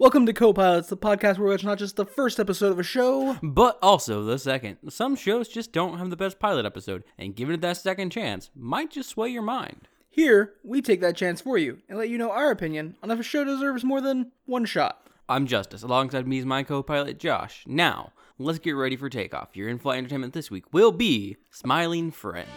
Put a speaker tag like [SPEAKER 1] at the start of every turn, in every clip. [SPEAKER 1] Welcome to Copilots, the podcast where it's not just the first episode of a show.
[SPEAKER 2] But also the second. Some shows just don't have the best pilot episode, and giving it that second chance might just sway your mind.
[SPEAKER 1] Here, we take that chance for you and let you know our opinion on if a show deserves more than one shot.
[SPEAKER 2] I'm Justice. Alongside me is my co pilot, Josh. Now, let's get ready for takeoff. Your in flight entertainment this week will be Smiling Friends.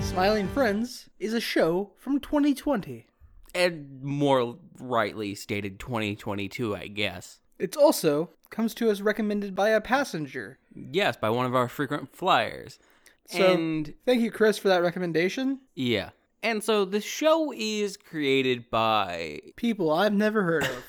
[SPEAKER 1] Smiling Friends is a show from 2020.
[SPEAKER 2] And more rightly stated, 2022, I guess.
[SPEAKER 1] It's also comes to us recommended by a passenger.
[SPEAKER 2] Yes, by one of our frequent flyers.
[SPEAKER 1] So,
[SPEAKER 2] and
[SPEAKER 1] thank you, Chris, for that recommendation.
[SPEAKER 2] yeah. And so the show is created by
[SPEAKER 1] People I've never heard of.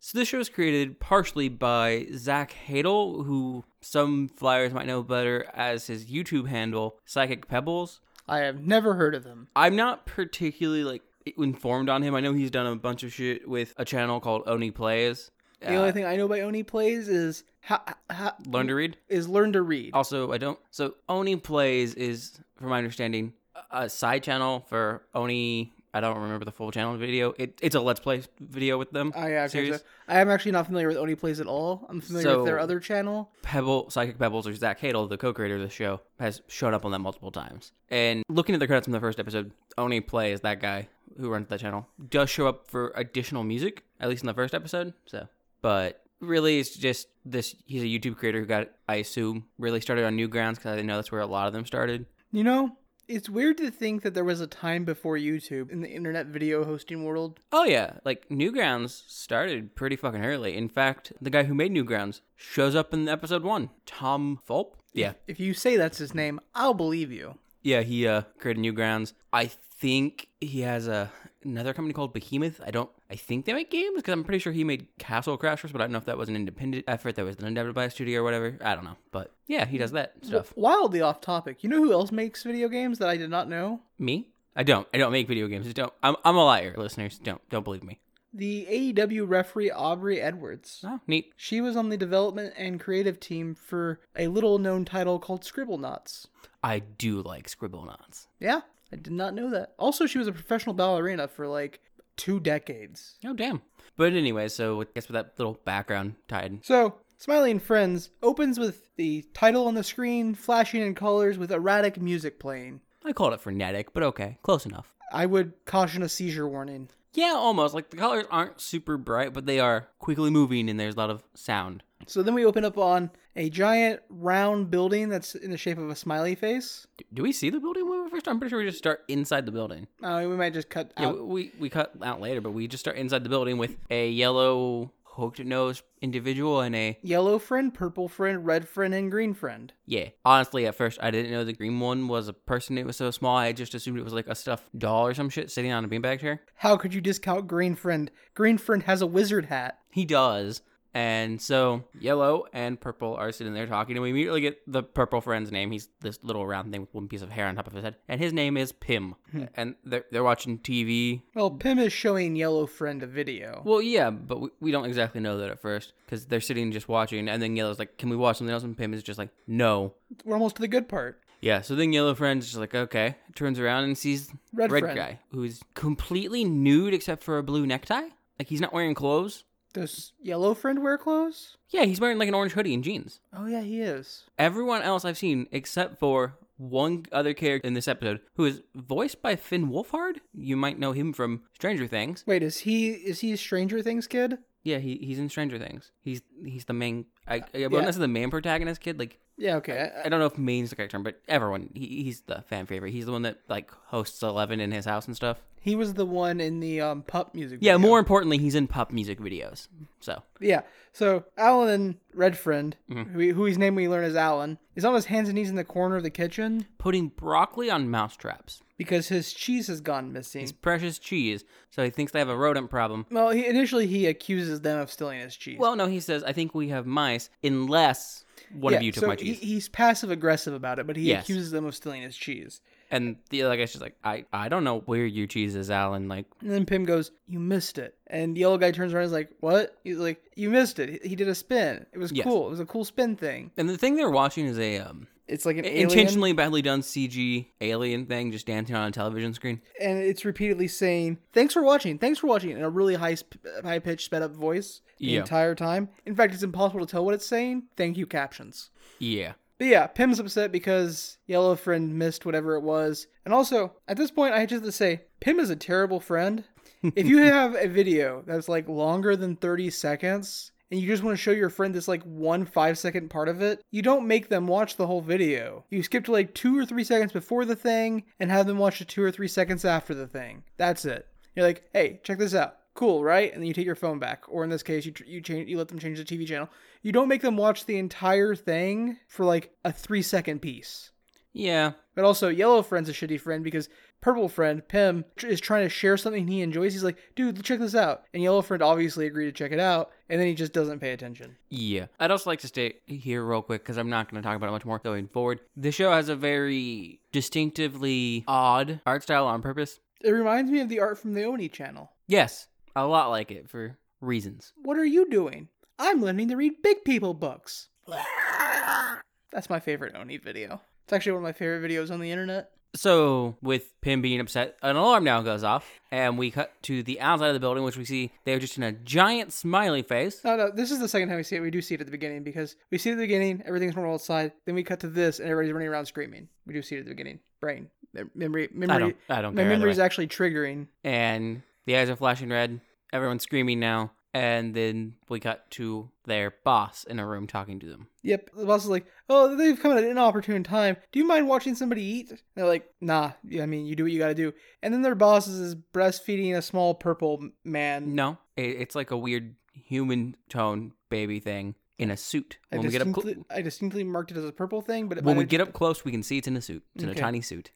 [SPEAKER 2] So this show is created partially by Zach Hadel, who some flyers might know better as his YouTube handle, Psychic Pebbles.
[SPEAKER 1] I have never heard of them.
[SPEAKER 2] I'm not particularly like informed on him. I know he's done a bunch of shit with a channel called Oni Plays.
[SPEAKER 1] The
[SPEAKER 2] Uh,
[SPEAKER 1] only thing I know by Oni Plays is ha- ha-
[SPEAKER 2] Learn to read.
[SPEAKER 1] is learn to read.
[SPEAKER 2] Also, I don't. So Oni Plays is, from my understanding, a a side channel for Oni. I don't remember the full channel video. It, it's a Let's Play video with them.
[SPEAKER 1] I, yeah, okay,
[SPEAKER 2] series.
[SPEAKER 1] so I am actually not familiar with Oni Plays at all. I'm familiar with their
[SPEAKER 2] So-
[SPEAKER 1] other channel.
[SPEAKER 2] Pebble, Psychic Pebbles, or Zach Hadel, the co-creator of the show, has shown up on that multiple times. And looking at the credits from the first episode, Oni Play is that guy who runs that channel. Does show up for additional music, at least in the first episode. So, but really, it's just this. He's a YouTube creator who got, I assume, really started on Newgrounds because I know that's where a lot of them started.
[SPEAKER 1] You know, it's weird to think that there was a time before YouTube in the internet video hosting world.
[SPEAKER 2] Oh yeah, like Newgrounds started pretty fucking early. In fact, the guy who made Newgrounds shows up in episode one. Tom Fulp. Yeah,
[SPEAKER 1] If you say that's his name, I'll believe you.
[SPEAKER 2] Yeah, he uh, created Newgrounds. I think he has a another company called Behemoth. I don't. I think they make games because I'm pretty sure he made Castle Crashers, but I don't know if that was an independent effort that was done by a studio or whatever. I don't know, but yeah, he does that stuff.
[SPEAKER 1] Wildly off topic. You know who else makes video games that I did not know?
[SPEAKER 2] Me? I don't. I don't make video games. Don't. I'm. I'm a liar, listeners. Don't. Don't believe me.
[SPEAKER 1] The AEW referee Aubrey Edwards.
[SPEAKER 2] Oh, neat.
[SPEAKER 1] She was on the development and creative team for a little known title called Scribble Knots.
[SPEAKER 2] I do like scribble knots.
[SPEAKER 1] Yeah, I did not know that. Also, she was a professional ballerina for like two decades.
[SPEAKER 2] Oh damn. But anyway, so I guess with that little background tied.
[SPEAKER 1] So, Smiley and Friends opens with the title on the screen flashing in colors with erratic music playing.
[SPEAKER 2] I called it frenetic, but okay, close enough.
[SPEAKER 1] I would caution a seizure warning.
[SPEAKER 2] Yeah, almost. Like the colors aren't super bright, but they are quickly moving and there's a lot of sound.
[SPEAKER 1] So then we open up on a giant round building that's in the shape of a smiley face.
[SPEAKER 2] Do, do we see the building when we first? I'm pretty sure we just start inside the building.
[SPEAKER 1] Uh, we might just cut
[SPEAKER 2] Yeah,
[SPEAKER 1] out.
[SPEAKER 2] we we cut out later, but we just start inside the building with a yellow hooked nose individual and a
[SPEAKER 1] Yellow friend, purple friend, red friend, and green friend.
[SPEAKER 2] yeah. Honestly, at first I didn't know the green one was a person. It was so small. I just assumed it was like a stuffed doll or some shit sitting on a beanbag chair.
[SPEAKER 1] How could you discount green friend? Green friend has a wizard hat.
[SPEAKER 2] He does. And so yellow and purple are sitting there talking, and we immediately get the purple friend's name. He's this little round thing with one piece of hair on top of his head, and his name is Pim. and they're they're watching TV.
[SPEAKER 1] Well, Pim is showing Yellow Friend a video.
[SPEAKER 2] Well, yeah, but we, we don't exactly know that at first because they're sitting just watching, and then yellow's like, "Can we watch something else?" And Pim is just like, "No."
[SPEAKER 1] We're almost to the good part.
[SPEAKER 2] Yeah. So then yellow friend's just like, "Okay," turns around and sees
[SPEAKER 1] Red friend.
[SPEAKER 2] guy who's completely nude except for a blue necktie. Like he's not wearing clothes.
[SPEAKER 1] Does Yellow Friend wear clothes?
[SPEAKER 2] Yeah, he's wearing like an orange hoodie and jeans.
[SPEAKER 1] Oh, yeah, he is.
[SPEAKER 2] Everyone else I've seen, except for one other character in this episode, who is voiced by Finn Wolfhard. You might know him from Stranger Things.
[SPEAKER 1] Wait, is he is he a Stranger Things kid?
[SPEAKER 2] Yeah, he, he's in Stranger Things. He's he's the main. I, I wouldn't necessarily the main protagonist kid. Like
[SPEAKER 1] Yeah, okay. I-
[SPEAKER 2] I don't know if main's the correct term, but everyone he, he's the fan favorite. He's the one that like hosts Eleven in his house and stuff.
[SPEAKER 1] he was the one in the um, pup music.
[SPEAKER 2] Yeah,
[SPEAKER 1] video.
[SPEAKER 2] more importantly, he's in pop music videos. So
[SPEAKER 1] Yeah. So Alan Redfriend,
[SPEAKER 2] Mm-hmm.
[SPEAKER 1] who, who his name we learn is Alan, is on his hands and knees in the corner of the kitchen
[SPEAKER 2] putting broccoli on mousetraps,
[SPEAKER 1] because his cheese has gone missing.
[SPEAKER 2] his precious cheese. So he thinks they have a rodent problem.
[SPEAKER 1] Well, he, initially he accuses them of stealing his cheese.
[SPEAKER 2] Well, no, he says I think we have mice unless one
[SPEAKER 1] yeah,
[SPEAKER 2] of you took
[SPEAKER 1] so
[SPEAKER 2] my cheese.
[SPEAKER 1] He, he's passive aggressive about it, but he
[SPEAKER 2] Yes.
[SPEAKER 1] accuses them of stealing his cheese.
[SPEAKER 2] And the other guy's just like, I, I don't know where you Jesus, Alan. Like,
[SPEAKER 1] And then Pim goes, "You missed it." And the yellow guy turns around and is like, "What?" He's like, "You missed it. He- He did a spin. It was
[SPEAKER 2] Yes.
[SPEAKER 1] cool. It was a cool spin thing.
[SPEAKER 2] and the thing they're watching is a um,
[SPEAKER 1] It's like an alien,
[SPEAKER 2] intentionally badly done CG alien thing just dancing on a television screen.
[SPEAKER 1] and it's repeatedly saying, "Thanks for watching. Thanks for watching." in a really high sp- high pitched sped up voice the
[SPEAKER 2] Yeah.
[SPEAKER 1] entire time. In fact, it's impossible to tell what it's saying. Thank you captions.
[SPEAKER 2] Yeah.
[SPEAKER 1] But yeah, Pim's upset because Yellow Friend missed whatever it was. And also, at this point, I just have to say, Pim is a terrible friend. if you have a video that's like longer than 30 seconds and you just want to show your friend this like one five second part of it, you don't make them watch the whole video. You skip to like two or three seconds before the thing and have them watch the two or three seconds after the thing. That's it. You're like, hey, check this out. Cool, right? And then you take your phone back, or in this case, you tr- you change you let them change the TV channel. You don't make them watch the entire thing for like a three second piece.
[SPEAKER 2] Yeah.
[SPEAKER 1] But also, Yellow Friend's a shitty friend because Purple Friend, Pim, tr- is trying to share something he enjoys. He's like, dude, check this out. And Yellow Friend obviously agreed to check it out, and then he just doesn't pay attention.
[SPEAKER 2] Yeah. I'd also like to stay here real quick because I'm not going to talk about it much more going forward. The show has a very distinctively odd art style on purpose.
[SPEAKER 1] It reminds me of the art from the Oni channel.
[SPEAKER 2] Yes, a lot like it for reasons.
[SPEAKER 1] What are you doing? I'm learning to read big people books. That's my favorite Oni video. It's actually one of my favorite videos on the internet.
[SPEAKER 2] So, with Pim being upset, an alarm now goes off, and we cut to the outside of the building, which we see they're just in a giant smiley face.
[SPEAKER 1] No, no, this is the second time we see it. We do see it at the beginning because we see it at the beginning, everything's normal outside. Then we cut to this, and everybody's running around screaming. We do see it at the beginning. Brain, Mem- memory,
[SPEAKER 2] I
[SPEAKER 1] memory.
[SPEAKER 2] don't, I don't
[SPEAKER 1] my
[SPEAKER 2] care. either
[SPEAKER 1] memory
[SPEAKER 2] way.
[SPEAKER 1] is actually triggering.
[SPEAKER 2] and the eyes are flashing red. Everyone's screaming now, and then we cut to their boss in a room talking to them.
[SPEAKER 1] Yep. The boss is like, "Oh, they've come at an inopportune time. Do you mind watching somebody eat?" And they're like, "Nah. Yeah, I mean, you do what you got to do." And then their boss is breastfeeding a small purple m- man.
[SPEAKER 2] No, it, it's like a weird human tone baby thing in a suit. When
[SPEAKER 1] I
[SPEAKER 2] we get up,
[SPEAKER 1] distinctly,
[SPEAKER 2] cl-
[SPEAKER 1] I distinctly marked it as a purple thing, but it
[SPEAKER 2] when
[SPEAKER 1] might
[SPEAKER 2] we
[SPEAKER 1] have-
[SPEAKER 2] get up close, we can see it's in a suit. It's in
[SPEAKER 1] Okay.
[SPEAKER 2] a tiny suit.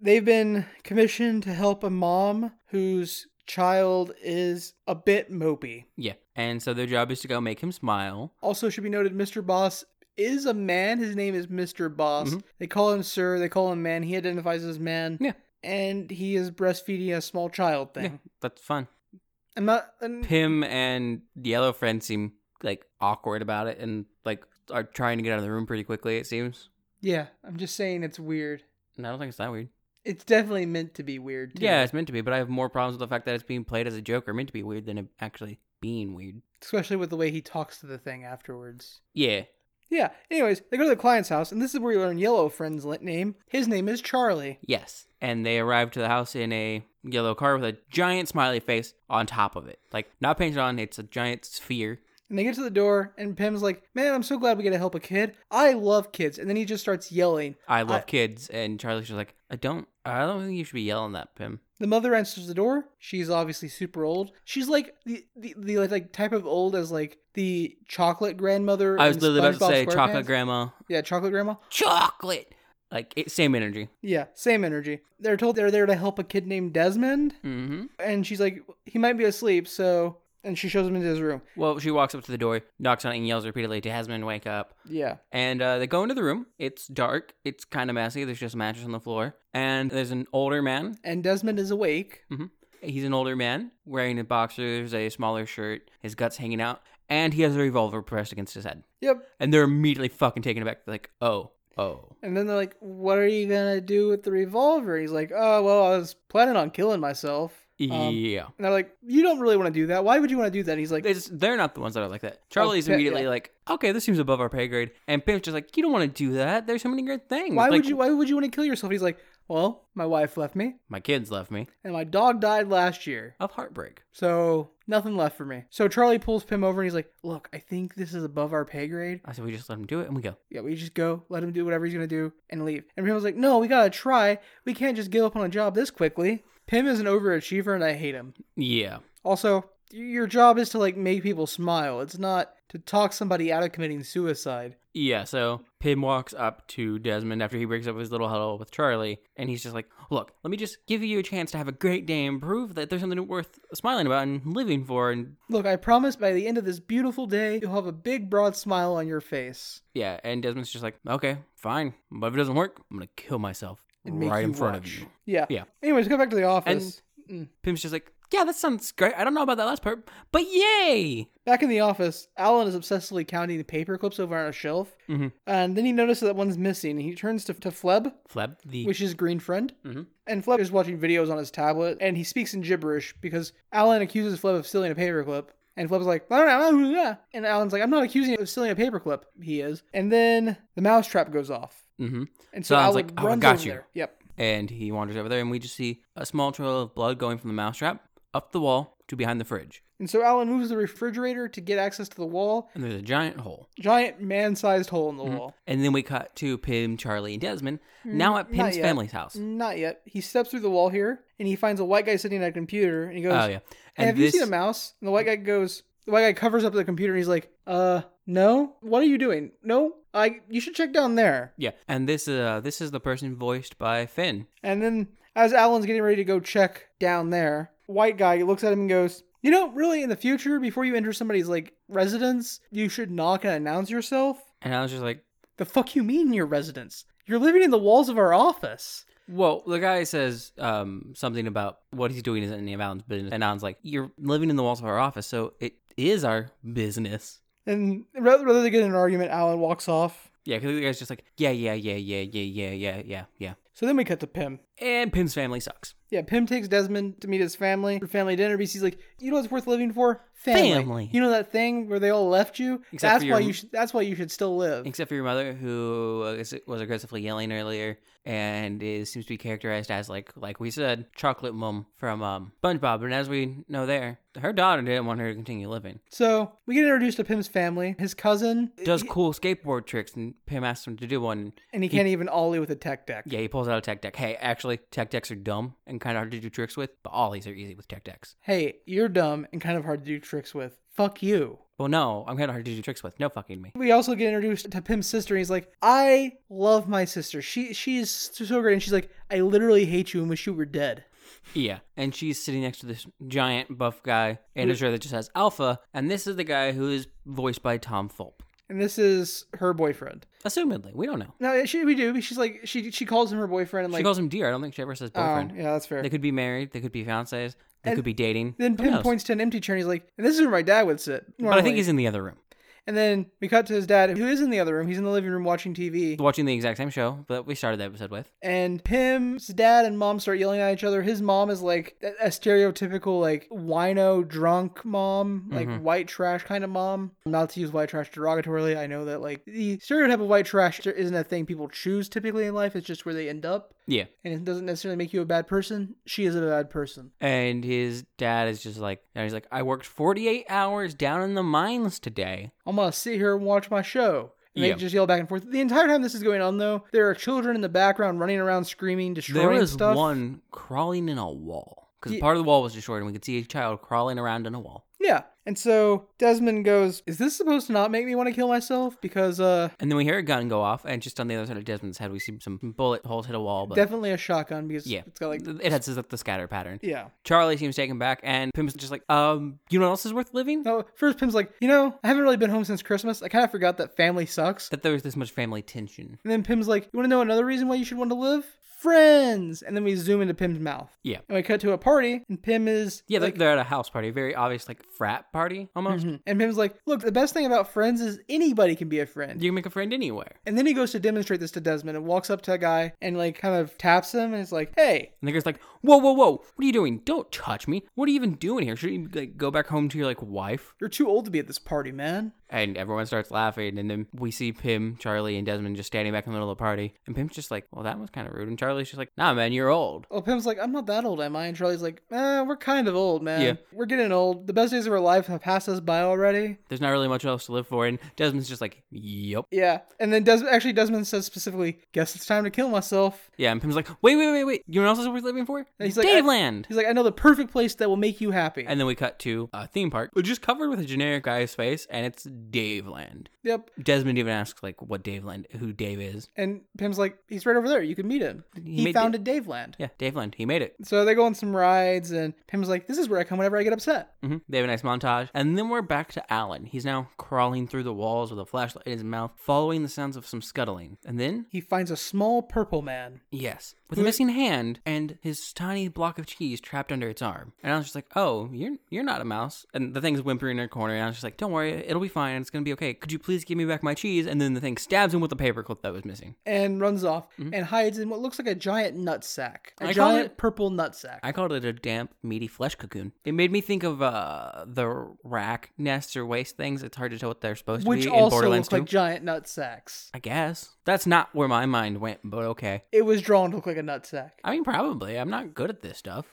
[SPEAKER 1] they've been commissioned to help a mom whose child is a bit mopey.
[SPEAKER 2] Yeah, and so their job is to go make him smile.
[SPEAKER 1] Also, should be noted, Mr. Boss is a man. His name is Mr. Boss.
[SPEAKER 2] Mhm.
[SPEAKER 1] They call him Sir. They call him Man. He identifies as man.
[SPEAKER 2] Yeah.
[SPEAKER 1] And he is breastfeeding a small child thing.
[SPEAKER 2] Yeah, that's fun.
[SPEAKER 1] I'm not. I'm,
[SPEAKER 2] Pim and Yellow Friend seem like awkward about it, and like are trying to get out of the room pretty quickly. It seems.
[SPEAKER 1] yeah, I'm just saying it's weird.
[SPEAKER 2] And I don't think it's that weird.
[SPEAKER 1] It's definitely meant to be weird. Too.
[SPEAKER 2] Yeah, it's meant to be, but I have more problems with the fact that it's being played as a joke or meant to be weird than it actually being weird.
[SPEAKER 1] Especially with the way he talks to the thing afterwards.
[SPEAKER 2] Yeah.
[SPEAKER 1] Yeah. Anyways, they go to the client's house, and this is where you learn Yellow Friend's li- name. His name is Charlie.
[SPEAKER 2] Yes. And they arrive to the house in a yellow car with a giant smiley face on top of it. Like not painted on, it's a giant sphere.
[SPEAKER 1] And they get to the door, and Pim's like, "Man, I'm so glad we get to help a kid. I love kids." And then he just starts yelling.
[SPEAKER 2] I love
[SPEAKER 1] I-
[SPEAKER 2] kids and Charlie's just like, I don't I don't think you should be yelling that, Pim.
[SPEAKER 1] The mother answers the door. She's obviously super old. She's like the the, the like type of old as like the chocolate grandmother.
[SPEAKER 2] I was
[SPEAKER 1] in
[SPEAKER 2] literally about to
[SPEAKER 1] SpongeBob
[SPEAKER 2] say chocolate
[SPEAKER 1] SquarePants.
[SPEAKER 2] grandma.
[SPEAKER 1] yeah, chocolate grandma.
[SPEAKER 2] Chocolate like it, same energy.
[SPEAKER 1] Yeah, same energy. They're told they're there to help a kid named Desmond,
[SPEAKER 2] Mm-hmm.
[SPEAKER 1] and she's like, he might be asleep, so. And she shows him into his room.
[SPEAKER 2] Well, she walks up to the door, knocks on it, and yells repeatedly, Jasmine, wake up.
[SPEAKER 1] Yeah,
[SPEAKER 2] And uh, they go into the room. It's dark. It's kind of messy. There's just a mattress on the floor. And there's an older man.
[SPEAKER 1] and Desmond is awake.
[SPEAKER 2] He's an older man wearing a boxer's, a smaller shirt, his guts hanging out, and he has a revolver pressed against his head.
[SPEAKER 1] Yep.
[SPEAKER 2] And they're immediately fucking taken aback. They're like, oh, oh.
[SPEAKER 1] And then they're like, "What are you gonna do with the revolver?" He's like, "Oh well, I was planning on killing myself." Um,
[SPEAKER 2] yeah.
[SPEAKER 1] And they're like, "You don't really want to do that. Why would you want to do that?" And he's like,
[SPEAKER 2] They just, they're not the ones that are like that. Charlie's
[SPEAKER 1] Pim-
[SPEAKER 2] immediately
[SPEAKER 1] yeah.
[SPEAKER 2] like, okay, this seems above our pay grade. And Pim's just like, you don't want to do that. There's so many great things.
[SPEAKER 1] "Why
[SPEAKER 2] Like,
[SPEAKER 1] would you? Why would you want to kill yourself?" He's like, "Well, my wife left me,
[SPEAKER 2] My kids left me
[SPEAKER 1] and my dog died last year,
[SPEAKER 2] of heartbreak.
[SPEAKER 1] so nothing left for me." So Charlie pulls Pim over and he's like, "Look, I think this is above our pay grade.
[SPEAKER 2] I said, we just let him do it and we go.
[SPEAKER 1] Yeah, we just go, let him do whatever he's gonna do, and leave." And Pim was like, "No, we gotta try. We can't just give up on a job this quickly." Pim is an overachiever, and I hate him.
[SPEAKER 2] Yeah.
[SPEAKER 1] Also, y- your job is to like make people smile. It's not to talk somebody out of committing suicide.
[SPEAKER 2] Yeah, so Pim walks up to Desmond after he breaks up his little huddle with Charlie, and he's just like, Look, let me just give you a chance to have a great day and prove that there's something worth smiling about and living for. And
[SPEAKER 1] Look, I promise by the end of this beautiful day, you'll have a big broad smile on your face.
[SPEAKER 2] yeah, and Desmond's just like, Okay, fine. But if it doesn't work, I'm going to kill myself.
[SPEAKER 1] and make
[SPEAKER 2] right
[SPEAKER 1] you
[SPEAKER 2] in front
[SPEAKER 1] watch. Mm.
[SPEAKER 2] of you.
[SPEAKER 1] Yeah.
[SPEAKER 2] Yeah.
[SPEAKER 1] Anyways, go back to the office.
[SPEAKER 2] Pim's just like, yeah, that sounds great. I don't know about that last part, but yay!
[SPEAKER 1] Back in the office, Alan is obsessively counting the paper clips over on a shelf,
[SPEAKER 2] Mhm.
[SPEAKER 1] and then he notices that one's missing. and He turns to, to Fleb,
[SPEAKER 2] Fleb, the
[SPEAKER 1] which is Green Friend,
[SPEAKER 2] Mhm.
[SPEAKER 1] and Fleb is watching videos on his tablet, and he speaks in gibberish because Alan accuses Fleb of stealing a paperclip. And Fleb's like, "Oh, "I don't know, I don't know." and Alan's like, I'm not accusing you of stealing a paperclip. He is. And then the mousetrap goes off.
[SPEAKER 2] Mhm.
[SPEAKER 1] And so,
[SPEAKER 2] So
[SPEAKER 1] Alan
[SPEAKER 2] Alan's like, "Oh, I
[SPEAKER 1] runs
[SPEAKER 2] got
[SPEAKER 1] over
[SPEAKER 2] you."
[SPEAKER 1] there. Yep.
[SPEAKER 2] and he wanders over there, and we just see a small trail of blood going from the mousetrap up the wall to behind the fridge,
[SPEAKER 1] And so Alan moves the refrigerator to get access to the wall.
[SPEAKER 2] and there's a giant hole.
[SPEAKER 1] Giant man sized hole in the wall.
[SPEAKER 2] And then we cut to Pim, Charlie, and Desmond now at
[SPEAKER 1] Hmm. not
[SPEAKER 2] Pim's
[SPEAKER 1] yet. Mm,
[SPEAKER 2] family's house.
[SPEAKER 1] Not yet. He steps through the wall here and he finds a white guy sitting at a computer and he goes,
[SPEAKER 2] Oh yeah,
[SPEAKER 1] "Hey,
[SPEAKER 2] and
[SPEAKER 1] Have
[SPEAKER 2] this
[SPEAKER 1] you seen a mouse? And the white guy goes, The white guy covers up the computer and he's like, Uh, no? What are you doing? No? I, you should check down there.
[SPEAKER 2] yeah, and this uh this is the person voiced by Finn.
[SPEAKER 1] And then as Alan's getting ready to go check down there, white guy looks at him and goes, you know, really, in the future, before you enter somebody's like residence, you should knock and announce yourself.
[SPEAKER 2] And I was just like,
[SPEAKER 1] The fuck you mean your residence? You're living in the walls of our office.
[SPEAKER 2] well, the guy says um something about what he's doing isn't any of Alan's business, and Alan's like, you're living in the walls of our office, so it is our business.
[SPEAKER 1] And rather, rather than get in an argument, Alan walks off.
[SPEAKER 2] Yeah, because the guy's just like, yeah, yeah, yeah, yeah, yeah, yeah, yeah, yeah, yeah.
[SPEAKER 1] So then we cut to Pim.
[SPEAKER 2] And Pim's family sucks.
[SPEAKER 1] Yeah, Pim takes Desmond to meet his family for family dinner because he's like, you know what's worth living for? Family.
[SPEAKER 2] Family.
[SPEAKER 1] You know that thing where they all left you?
[SPEAKER 2] Except
[SPEAKER 1] that's
[SPEAKER 2] for your-
[SPEAKER 1] why you should. That's why you should still live.
[SPEAKER 2] Except for your mother, who uh, is- was aggressively yelling earlier and is seems to be characterized as like like we said, chocolate mum from um, SpongeBob. And as we know, there, her daughter didn't want her to continue living.
[SPEAKER 1] so we get introduced to Pim's family. His cousin,
[SPEAKER 2] Does cool skateboard tricks, and Pam asks him to do one.
[SPEAKER 1] and he can't even ollie with a tech deck.
[SPEAKER 2] Yeah, he pulls out a tech deck. Hey, actually, tech decks are dumb and kind of hard to do tricks with, but ollies are easy with tech decks.
[SPEAKER 1] Hey, you're dumb and kind of hard to do tricks with. Fuck you.
[SPEAKER 2] Well, no, I'm kind of hard to do tricks with. No fucking me.
[SPEAKER 1] We also get introduced to Pim's sister. And he's like, I love my sister. She she is so great. And she's like, I literally hate you and wish you were dead.
[SPEAKER 2] Yeah, and she's sitting next to this giant buff guy in a shirt that just says Alpha, and this is the guy who is voiced by Tom Fulp.
[SPEAKER 1] And this is her boyfriend.
[SPEAKER 2] Assumedly, we don't know.
[SPEAKER 1] No, she, we do. She's like, she she calls him her boyfriend and
[SPEAKER 2] She
[SPEAKER 1] like,
[SPEAKER 2] calls him dear. I don't think she ever says
[SPEAKER 1] oh,
[SPEAKER 2] boyfriend.
[SPEAKER 1] yeah, that's fair.
[SPEAKER 2] They could be married. They could be fiancés. They could be dating.
[SPEAKER 1] Then
[SPEAKER 2] Who
[SPEAKER 1] Pim
[SPEAKER 2] knows?
[SPEAKER 1] points to an empty chair and he's like, and this is where my dad would sit.
[SPEAKER 2] But I think
[SPEAKER 1] normally."
[SPEAKER 2] he's in the other room
[SPEAKER 1] And then we cut to his dad, who is in the other room. He's in the living room watching TV.
[SPEAKER 2] watching the exact same show that we started the episode with.
[SPEAKER 1] And Pim's dad and mom start yelling at each other. His mom is like a- a stereotypical, like, wino drunk mom, like
[SPEAKER 2] Mm-hmm.
[SPEAKER 1] white trash kind of mom. Not to use white trash derogatorily. I know that, like, the stereotype of white trash isn't a thing people choose typically in life, it's just where they end up.
[SPEAKER 2] Yeah,
[SPEAKER 1] And it doesn't necessarily make you a bad person. She is a bad person.
[SPEAKER 2] and his dad is just like, and he's like, I worked 48 hours down in the mines today.
[SPEAKER 1] I'm gonna sit here and watch my show. And
[SPEAKER 2] Yeah.
[SPEAKER 1] they just yell back and forth. The entire time this is going on, though, there are children in the background running around screaming, destroying
[SPEAKER 2] There was
[SPEAKER 1] stuff.
[SPEAKER 2] one crawling in a wall because
[SPEAKER 1] Ye-
[SPEAKER 2] part of the wall was destroyed, and we could see a child crawling around in a wall.
[SPEAKER 1] Yeah. And so Desmond goes, Is this supposed to not make me want to kill myself? Because uh
[SPEAKER 2] And then we hear a gun go off, and just on the other side of Desmond's head, we see some bullet holes hit a wall. But
[SPEAKER 1] definitely a shotgun because
[SPEAKER 2] yeah,
[SPEAKER 1] it's got like
[SPEAKER 2] it has the the scatter pattern.
[SPEAKER 1] Yeah.
[SPEAKER 2] Charlie seems taken back, and Pim's just like, um, you know what else is worth living?
[SPEAKER 1] No, first Pim's like, you know, I haven't really been home since Christmas. I kinda forgot that family sucks.
[SPEAKER 2] That there was this much family tension.
[SPEAKER 1] And then Pim's like, You wanna know another reason why you should want to live? Friends And then we zoom into Pim's mouth.
[SPEAKER 2] Yeah.
[SPEAKER 1] And we cut to a party and Pim is
[SPEAKER 2] Yeah, like, they're at a house party, a very obvious, like, frat party almost.
[SPEAKER 1] and Pim's like, Look, the best thing about friends is anybody can be a friend.
[SPEAKER 2] You can make a friend anywhere.
[SPEAKER 1] And then he goes to demonstrate this to Desmond and walks up to a guy and like kind of taps him and is like, Hey,
[SPEAKER 2] And the guy's like, whoa, whoa, whoa, what are you doing? Don't touch me. What are you even doing here? Should you, like, go back home to your, like, wife?
[SPEAKER 1] you're too old to be at this party, man.
[SPEAKER 2] And everyone starts laughing, and then we see Pim, Charlie, and Desmond just standing back in the middle of the party. And Pim's just like, well, that was kind of rude. And Charlie's just like, nah, man, you're old.
[SPEAKER 1] Well, Pim's like, I'm not that old, am I? And Charlie's like, eh, we're kind of old, man.
[SPEAKER 2] Yeah.
[SPEAKER 1] We're getting old. The best days of our life have passed us by already.
[SPEAKER 2] There's not really much else to live for. And Desmond's just like, yup.
[SPEAKER 1] Yeah. And then Des- actually, Desmond says specifically, guess it's time to kill myself.
[SPEAKER 2] Yeah, and Pim's like, wait, wait, wait, wait. You know what else is worth living for?
[SPEAKER 1] he's like, I-
[SPEAKER 2] Daveland.
[SPEAKER 1] He's like, I know the perfect place that will make you happy.
[SPEAKER 2] And then we cut to a theme park, which is covered with a generic guy's face, and it's Dave Land.
[SPEAKER 1] Yep.
[SPEAKER 2] Desmond even asks like what Dave Land, who Dave is.
[SPEAKER 1] And Pim's like, he's right over there. You can meet him. He,
[SPEAKER 2] made
[SPEAKER 1] founded Dave Land.
[SPEAKER 2] Yeah, Dave Land. He made it.
[SPEAKER 1] So they go on some rides, and Pim's like, this is where I come whenever I get upset.
[SPEAKER 2] hmm They have a nice montage, and then we're back to Alan. He's now crawling through the walls with a flashlight in his mouth, following the sounds of some scuttling, and then.
[SPEAKER 1] He finds a small purple man.
[SPEAKER 2] Yes, with a missing hand and his tiny block of cheese trapped under its arm, and I was just like, "Oh, you're you're not a mouse." And the thing's whimpering in a corner, and I was just like, "Don't worry, it'll be fine. It's gonna be okay. Could you please give me back my cheese?" And then the thing stabs him with a paperclip that was missing.
[SPEAKER 1] and runs off and hides in what looks like a giant nutsack. A
[SPEAKER 2] Mm-hmm. I call
[SPEAKER 1] giant purple nutsack.
[SPEAKER 2] I called it a damp, meaty flesh cocoon. It made me think of uh, the rack nests or waste things. It's hard to tell what they're supposed
[SPEAKER 1] which
[SPEAKER 2] to be in
[SPEAKER 1] also
[SPEAKER 2] Borderlands
[SPEAKER 1] look
[SPEAKER 2] 2.
[SPEAKER 1] like giant nutsacks.
[SPEAKER 2] I guess. That's not where my mind went, but okay.
[SPEAKER 1] It was drawn to look like a nutsack.
[SPEAKER 2] I mean, probably. I'm not good at this stuff.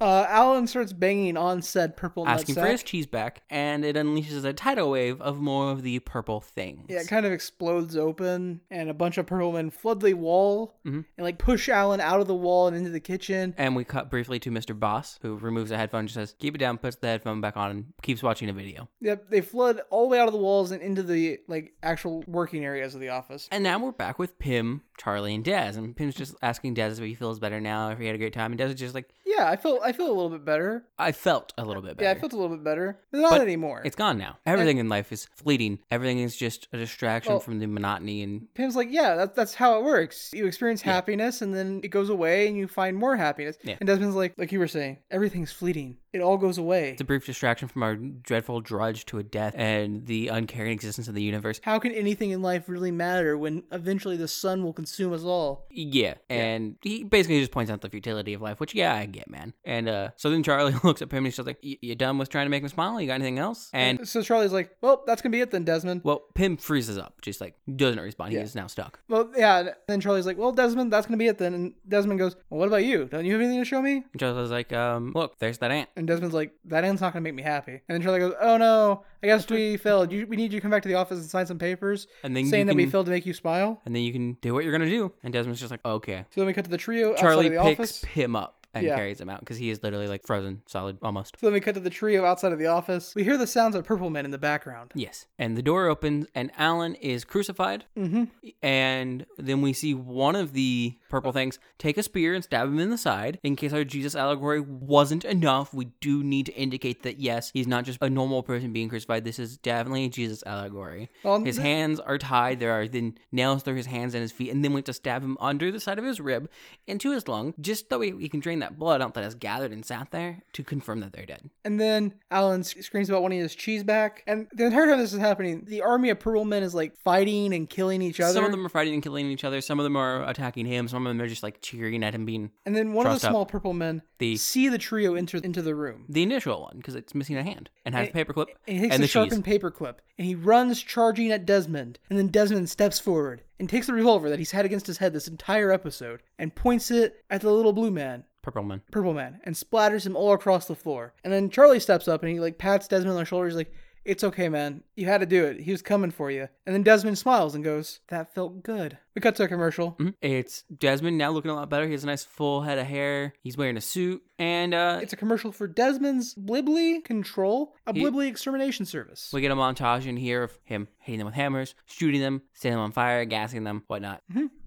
[SPEAKER 1] Uh, Alan starts banging on said purple
[SPEAKER 2] Asking
[SPEAKER 1] nutsack.
[SPEAKER 2] for his cheese back, and it unleashes a tidal wave of more of the purple things.
[SPEAKER 1] yeah, it kind of explodes open, and a bunch of purple men flood the wall
[SPEAKER 2] Mm-hmm.
[SPEAKER 1] and like push Alan out of the wall and into the kitchen.
[SPEAKER 2] And we cut briefly to Mr. Boss, who removes the headphone, just says, keep it down, puts the headphone back on, and keeps watching a video.
[SPEAKER 1] Yep, they flood all the way out of the walls and into the like actual working areas of the office.
[SPEAKER 2] And now we're back with Pim, Charlie, and Dez. And Pim's just asking Dez if he feels better now, if he had a great time. And Dez is just like,
[SPEAKER 1] Yeah, I feel I feel a little bit better.
[SPEAKER 2] I felt a little bit better.
[SPEAKER 1] Yeah, I felt a little bit better. Not
[SPEAKER 2] But
[SPEAKER 1] anymore.
[SPEAKER 2] It's gone now. Everything in life is fleeting. Everything is just a distraction
[SPEAKER 1] Well-
[SPEAKER 2] from the monotony and
[SPEAKER 1] Pim's like, yeah, that, that's how it works. You experience happiness and then it goes away and you find more happiness.
[SPEAKER 2] Yeah.
[SPEAKER 1] And Desmond's like, like you were saying, everything's fleeting. It all goes away.
[SPEAKER 2] it's a brief distraction from our dreadful drudge to a death and the uncaring existence of the universe.
[SPEAKER 1] how can anything in life really matter when eventually the sun will consume us all?
[SPEAKER 2] Yeah. And he basically just points out the futility of life, which, yeah, I get, man. And uh, so then Charlie looks at Pim and he's just like, "Y- You done with trying to make me smile? You got anything else? And,
[SPEAKER 1] So Charlie's like, well, that's going to be it then, Desmond.
[SPEAKER 2] well, Pim freezes up, just like, doesn't respond. He is now stuck.
[SPEAKER 1] Well, yeah. and Then Charlie's like, well, Desmond, that's going to be it then. And Desmond goes, well, what about you? Don't you have anything to show me?
[SPEAKER 2] And Charlie's like, um, Look, there's that ant.
[SPEAKER 1] And Desmond's like, that end's not going to make me happy. And then Charlie goes, oh no, I guess we failed. You, we need you to come back to the office and sign some papers
[SPEAKER 2] And then you
[SPEAKER 1] saying that we
[SPEAKER 2] can-
[SPEAKER 1] failed to make you smile.
[SPEAKER 2] And then you can do what you're going to do. And Desmond's just like, Okay.
[SPEAKER 1] So then we cut to the trio outside
[SPEAKER 2] Charlie
[SPEAKER 1] of the
[SPEAKER 2] picks
[SPEAKER 1] office.
[SPEAKER 2] Pim up and
[SPEAKER 1] Yeah.
[SPEAKER 2] carries him out because he is literally like frozen solid almost.
[SPEAKER 1] So then we cut to the trio outside of the office. We hear the sounds of purple men in the background.
[SPEAKER 2] Yes. And the door opens and Alan is crucified.
[SPEAKER 1] Mhm.
[SPEAKER 2] And then we see one of the purple things take a spear and stab him in the side. In case our Jesus allegory wasn't enough, we do need to indicate that yes, he's not just a normal person being crucified. This is definitely a Jesus allegory.
[SPEAKER 1] Well,
[SPEAKER 2] his
[SPEAKER 1] th-
[SPEAKER 2] hands are tied. There are then nails through his hands and his feet. And then we have to stab him under the side of his rib into his lung just so we, we can drain that blood out that has gathered and sat there to confirm that they're dead.
[SPEAKER 1] And then Alan sc- screams about wanting his cheese back. And the entire time this is happening, the army of purple men is like fighting and killing each other.
[SPEAKER 2] Some of them are fighting and killing each other. Some of them are attacking him. Some of them are just like cheering at him being
[SPEAKER 1] and then one of
[SPEAKER 2] Trussed
[SPEAKER 1] the
[SPEAKER 2] up.
[SPEAKER 1] small purple men
[SPEAKER 2] The-
[SPEAKER 1] see the trio enter into the room.
[SPEAKER 2] the initial one because it's missing a hand and has a paperclip
[SPEAKER 1] And he
[SPEAKER 2] and,
[SPEAKER 1] takes
[SPEAKER 2] the
[SPEAKER 1] a
[SPEAKER 2] cheese.
[SPEAKER 1] sharpened paperclip and he runs charging at Desmond. And then Desmond steps forward and takes the revolver that he's had against his head this entire episode and points it at the little blue man.
[SPEAKER 2] Purple man.
[SPEAKER 1] Purple Man and splatters him all across the floor. And then Charlie steps up and he like pats Desmond on the shoulder. He's like, "It's okay, man. You had to do it. He was coming for you." And then Desmond smiles and goes, "That felt good." We cut to a commercial.
[SPEAKER 2] Mhm. It's Desmond now looking a lot better. He has a nice full head of hair. He's wearing a suit and uh,
[SPEAKER 1] It's a commercial for Desmond's Blibly Control, a Blibly extermination service.
[SPEAKER 2] we get a montage in here of him hitting them with hammers, shooting them, setting them on fire, gassing them, whatnot.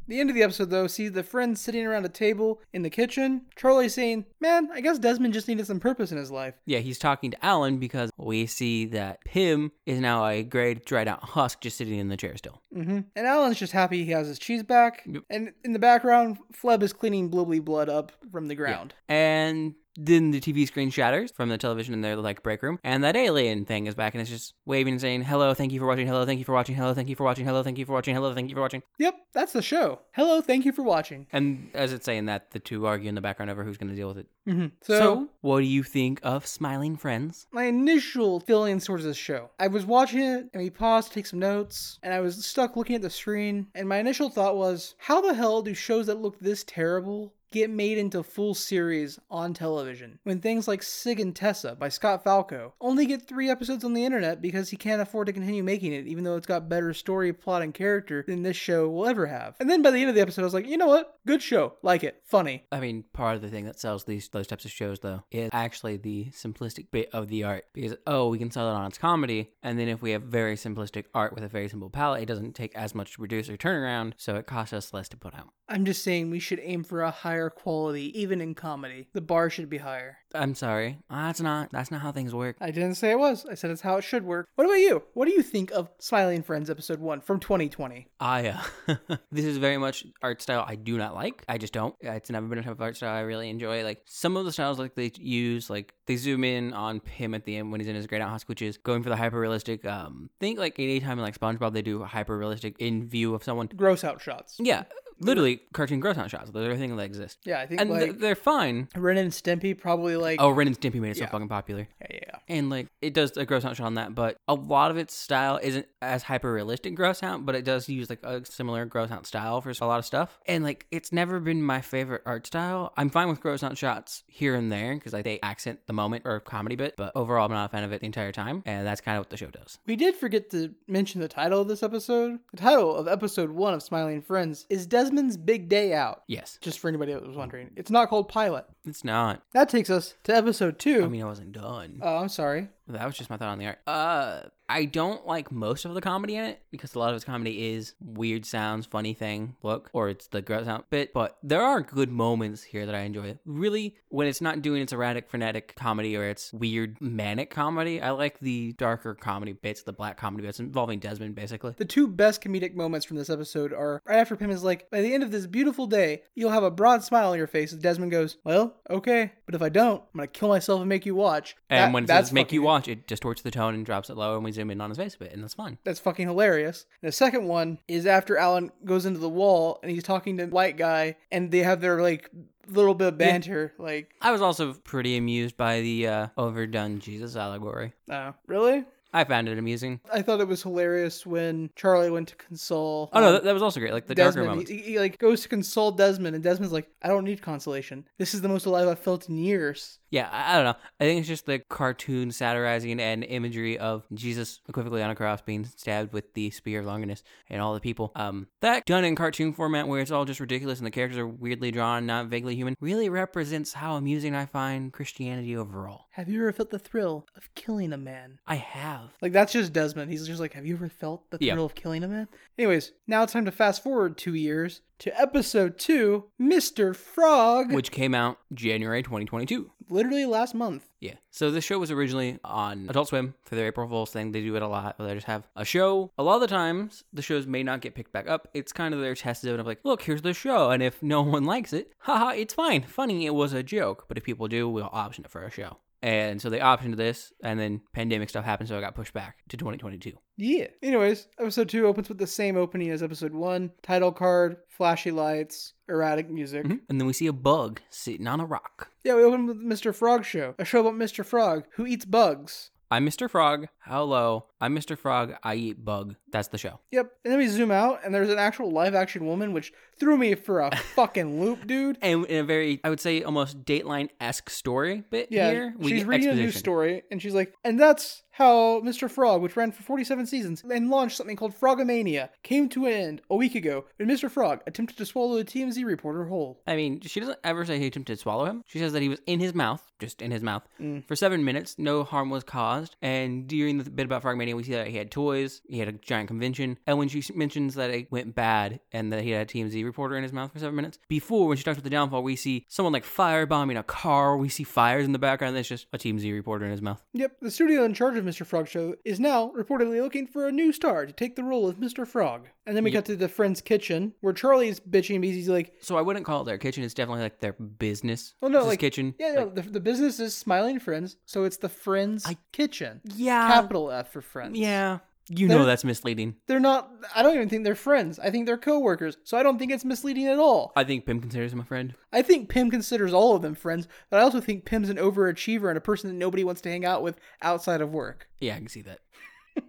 [SPEAKER 1] The end of the episode, though, sees the friends sitting around a table in the kitchen. Charlie saying, "Man, I guess Desmond just needed some purpose in his life."
[SPEAKER 2] Yeah, he's talking to Alan because we see that Pim is now a grayed, dried out husk just sitting in the chair still.
[SPEAKER 1] hmm And Alan's just happy he has his cheese back. And in the background, Fleb is cleaning Blibly blood up from the ground.
[SPEAKER 2] And then the TV screen shatters from the television in their like break room, and that alien thing is back and it's just waving and saying, "Hello, thank you for watching. Hello, thank you for watching. Hello, thank you for watching. Hello, thank you for watching. Hello, thank you for watching."
[SPEAKER 1] Yep, that's the show. Hello, thank you for watching.
[SPEAKER 2] And as it's saying that, the two argue in the background over who's going to deal with it.
[SPEAKER 1] So,
[SPEAKER 2] so, what do you think of smiling friends?
[SPEAKER 1] my initial feelings towards this show, I was watching it and we paused to take some notes, and I was stuck looking at the screen. And my initial thought was, how the hell do shows that look this terrible get made into full series on television when things like Sig and Tessa by Scott Falco only get three episodes on the internet because he can't afford to continue making it, even though it's got better story, plot, and character than this show will ever have. And then by the end of the episode, I was like, you know what? Good show. Like it. Funny.
[SPEAKER 2] I mean, part of the thing that sells these those types of shows though is actually the simplistic bit of the art because oh, we can sell it on its comedy, and then if we have very simplistic art with a very simple palette, it doesn't take as much to produce or turnaround, so it costs us less to put out.
[SPEAKER 1] I'm just saying we should aim for a higher quality, even in comedy. The bar should be higher.
[SPEAKER 2] I'm sorry, Ah, that's not that's not how things work.
[SPEAKER 1] I didn't say it was. I said it's how it should work. What about you? What do you think of Smiley and Friends episode one from 2020?
[SPEAKER 2] I uh, this is very much art style I do not like. I just don't. It's never been a type of art style I really enjoy. Like some of the styles like they use, like they zoom in on him at the end when he's in his great outhouse, which is going for the hyper realistic. Um, think like anytime in like SpongeBob they do hyper realistic in view of someone.
[SPEAKER 1] Gross out shots.
[SPEAKER 2] Yeah, literally cartoon gross out shots. They're a thing that exist,
[SPEAKER 1] Yeah, I think
[SPEAKER 2] and
[SPEAKER 1] like
[SPEAKER 2] th- they're fine.
[SPEAKER 1] Ren and Stimpy probably like.
[SPEAKER 2] Oh, Ren and Stimpy made it
[SPEAKER 1] Yeah.
[SPEAKER 2] so fucking popular.
[SPEAKER 1] Yeah, yeah.
[SPEAKER 2] And like it does a gross out shot on that, but a lot of its style isn't as hyper realistic gross out, but it does use like a similar gross out style for a lot of stuff. And like it's never been my favorite art style. I'm fine with gross out shots here and there because like they accent the moment or comedy bit, but overall I'm not a fan of it the entire time. And that's kind of what the show does.
[SPEAKER 1] We did forget to mention the title of this episode. The title of episode one of Smiley and Friends is Desmond's Big Day Out.
[SPEAKER 2] Yes,
[SPEAKER 1] Just for anybody that was wondering, it's not called Pilot.
[SPEAKER 2] it's not.
[SPEAKER 1] That takes us to episode two.
[SPEAKER 2] I mean, I wasn't done.
[SPEAKER 1] oh, I'm sorry.
[SPEAKER 2] That was just my thought on the art. Uh, I don't like most of the comedy in it because a lot of its comedy is weird sounds, funny thing, look, or it's the gross out bit. But there are good moments here that I enjoy. Really, when it's not doing its erratic, frenetic comedy or its weird, manic comedy, I like the darker comedy bits, the black comedy bits involving Desmond, basically.
[SPEAKER 1] The two best comedic moments from this episode are right after Pim is like, By the end of this beautiful day, you'll have a broad smile on your face. And Desmond goes, Well, okay, but if I don't, I'm going to kill myself and make you watch.
[SPEAKER 2] And
[SPEAKER 1] That-
[SPEAKER 2] when it
[SPEAKER 1] that's
[SPEAKER 2] says make you
[SPEAKER 1] fucking-
[SPEAKER 2] watch, it distorts the tone and drops it low, and we zoom in on his face a bit, and that's fun.
[SPEAKER 1] That's fucking hilarious. And the second one is after Alan goes into the wall and he's talking to the white guy and they have their like little bit of banter. Like,
[SPEAKER 2] I was also pretty amused by the uh, overdone Jesus allegory.
[SPEAKER 1] oh, really?
[SPEAKER 2] I found it amusing.
[SPEAKER 1] I thought it was hilarious when Charlie went to console.
[SPEAKER 2] Oh no,
[SPEAKER 1] um,
[SPEAKER 2] that, that was also great. Like the darker
[SPEAKER 1] Desmond,
[SPEAKER 2] moments.
[SPEAKER 1] he, he, like goes to console Desmond, and Desmond's like, "I don't need consolation. This is the most alive I've felt in years."
[SPEAKER 2] Yeah, I, I don't know. I think it's just the cartoon satirizing and imagery of Jesus equivocally on a cross being stabbed with the spear of Longinus and all the people. Um, that done in cartoon format where it's all just ridiculous and the characters are weirdly drawn, not vaguely human, really represents how amusing I find Christianity overall.
[SPEAKER 1] Have you ever felt the thrill of killing a man?
[SPEAKER 2] I have.
[SPEAKER 1] Like that's just Desmond. He's just like, "Have you ever felt the
[SPEAKER 2] Yeah.
[SPEAKER 1] thrill of killing a man?" Anyways, now it's time to fast forward two years to episode two, Mister Frog,
[SPEAKER 2] Which came out January 2022.
[SPEAKER 1] literally last month.
[SPEAKER 2] Yeah. So this show was originally on Adult Swim for their April Fools thing. They do it a lot. They just have a show. A lot of the times, the shows may not get picked back up. It's kind of their test zone of like, look, here's the show, and if no one likes it, haha, it's fine. Funny, it was a joke, but if people do, we'll option it for a show. And so they optioned this, and then pandemic stuff happened, so it got pushed back to 2022.
[SPEAKER 1] Yeah. Anyways, episode two opens with the same opening as episode one: title card, flashy lights, erratic music.
[SPEAKER 2] And then we see a bug sitting on a rock.
[SPEAKER 1] Yeah, we open with Mr. Frog Show, a show about Mr. Frog who eats bugs.
[SPEAKER 2] I'm Mr. Frog. Hello. I'm Mr. Frog. I eat bug. That's the show.
[SPEAKER 1] Yep. And then we zoom out, and there's an actual live action woman, which threw me for a fucking loop, dude.
[SPEAKER 2] and in a very, I would say, almost Dateline esque story bit
[SPEAKER 1] Yeah,
[SPEAKER 2] here.
[SPEAKER 1] she's
[SPEAKER 2] get
[SPEAKER 1] reading a news
[SPEAKER 2] exposition.
[SPEAKER 1] story, and she's like, and that's how Mr. Frog, which ran for 47 seasons and launched something called Frogomania, came to an end a week ago when Mr. Frog attempted to swallow a TMZ reporter whole.
[SPEAKER 2] I mean, she doesn't ever say he attempted to swallow him. She says that he was in his mouth, just in his mouth,
[SPEAKER 1] Mm.
[SPEAKER 2] for seven minutes. No harm was caused. And during the bit about Frogmania, we see that he had toys, he had a giant convention. And when she s- mentions that it went bad and that he had a TMZ reporter in his mouth for seven minutes, before when she talks about the downfall, we see someone like firebombing a car. We see fires in the background. That's just a TMZ reporter in his mouth.
[SPEAKER 1] Yep, the studio in charge of Mr. Frog Show is now reportedly looking for a new star to take the role of Mr. Frog. And then we got to the friend's kitchen, where Charlie's bitching because he's like,
[SPEAKER 2] So I wouldn't call it their kitchen. It's definitely like their business.
[SPEAKER 1] Well, no,
[SPEAKER 2] It's his
[SPEAKER 1] like-
[SPEAKER 2] kitchen.
[SPEAKER 1] Yeah, no, the, the business is Smiling Friends, so it's the Friends Kitchen.
[SPEAKER 2] Yeah.
[SPEAKER 1] Capital F for friends.
[SPEAKER 2] Yeah. You
[SPEAKER 1] They're-
[SPEAKER 2] know that's misleading.
[SPEAKER 1] They're not, I don't even think they're friends. I think they're coworkers, so I don't think it's misleading at all.
[SPEAKER 2] I think Pim considers him a friend.
[SPEAKER 1] I think Pim considers all of them friends, but I also think Pim's an overachiever and a person that nobody wants to hang out with outside of work.
[SPEAKER 2] Yeah, I can see that.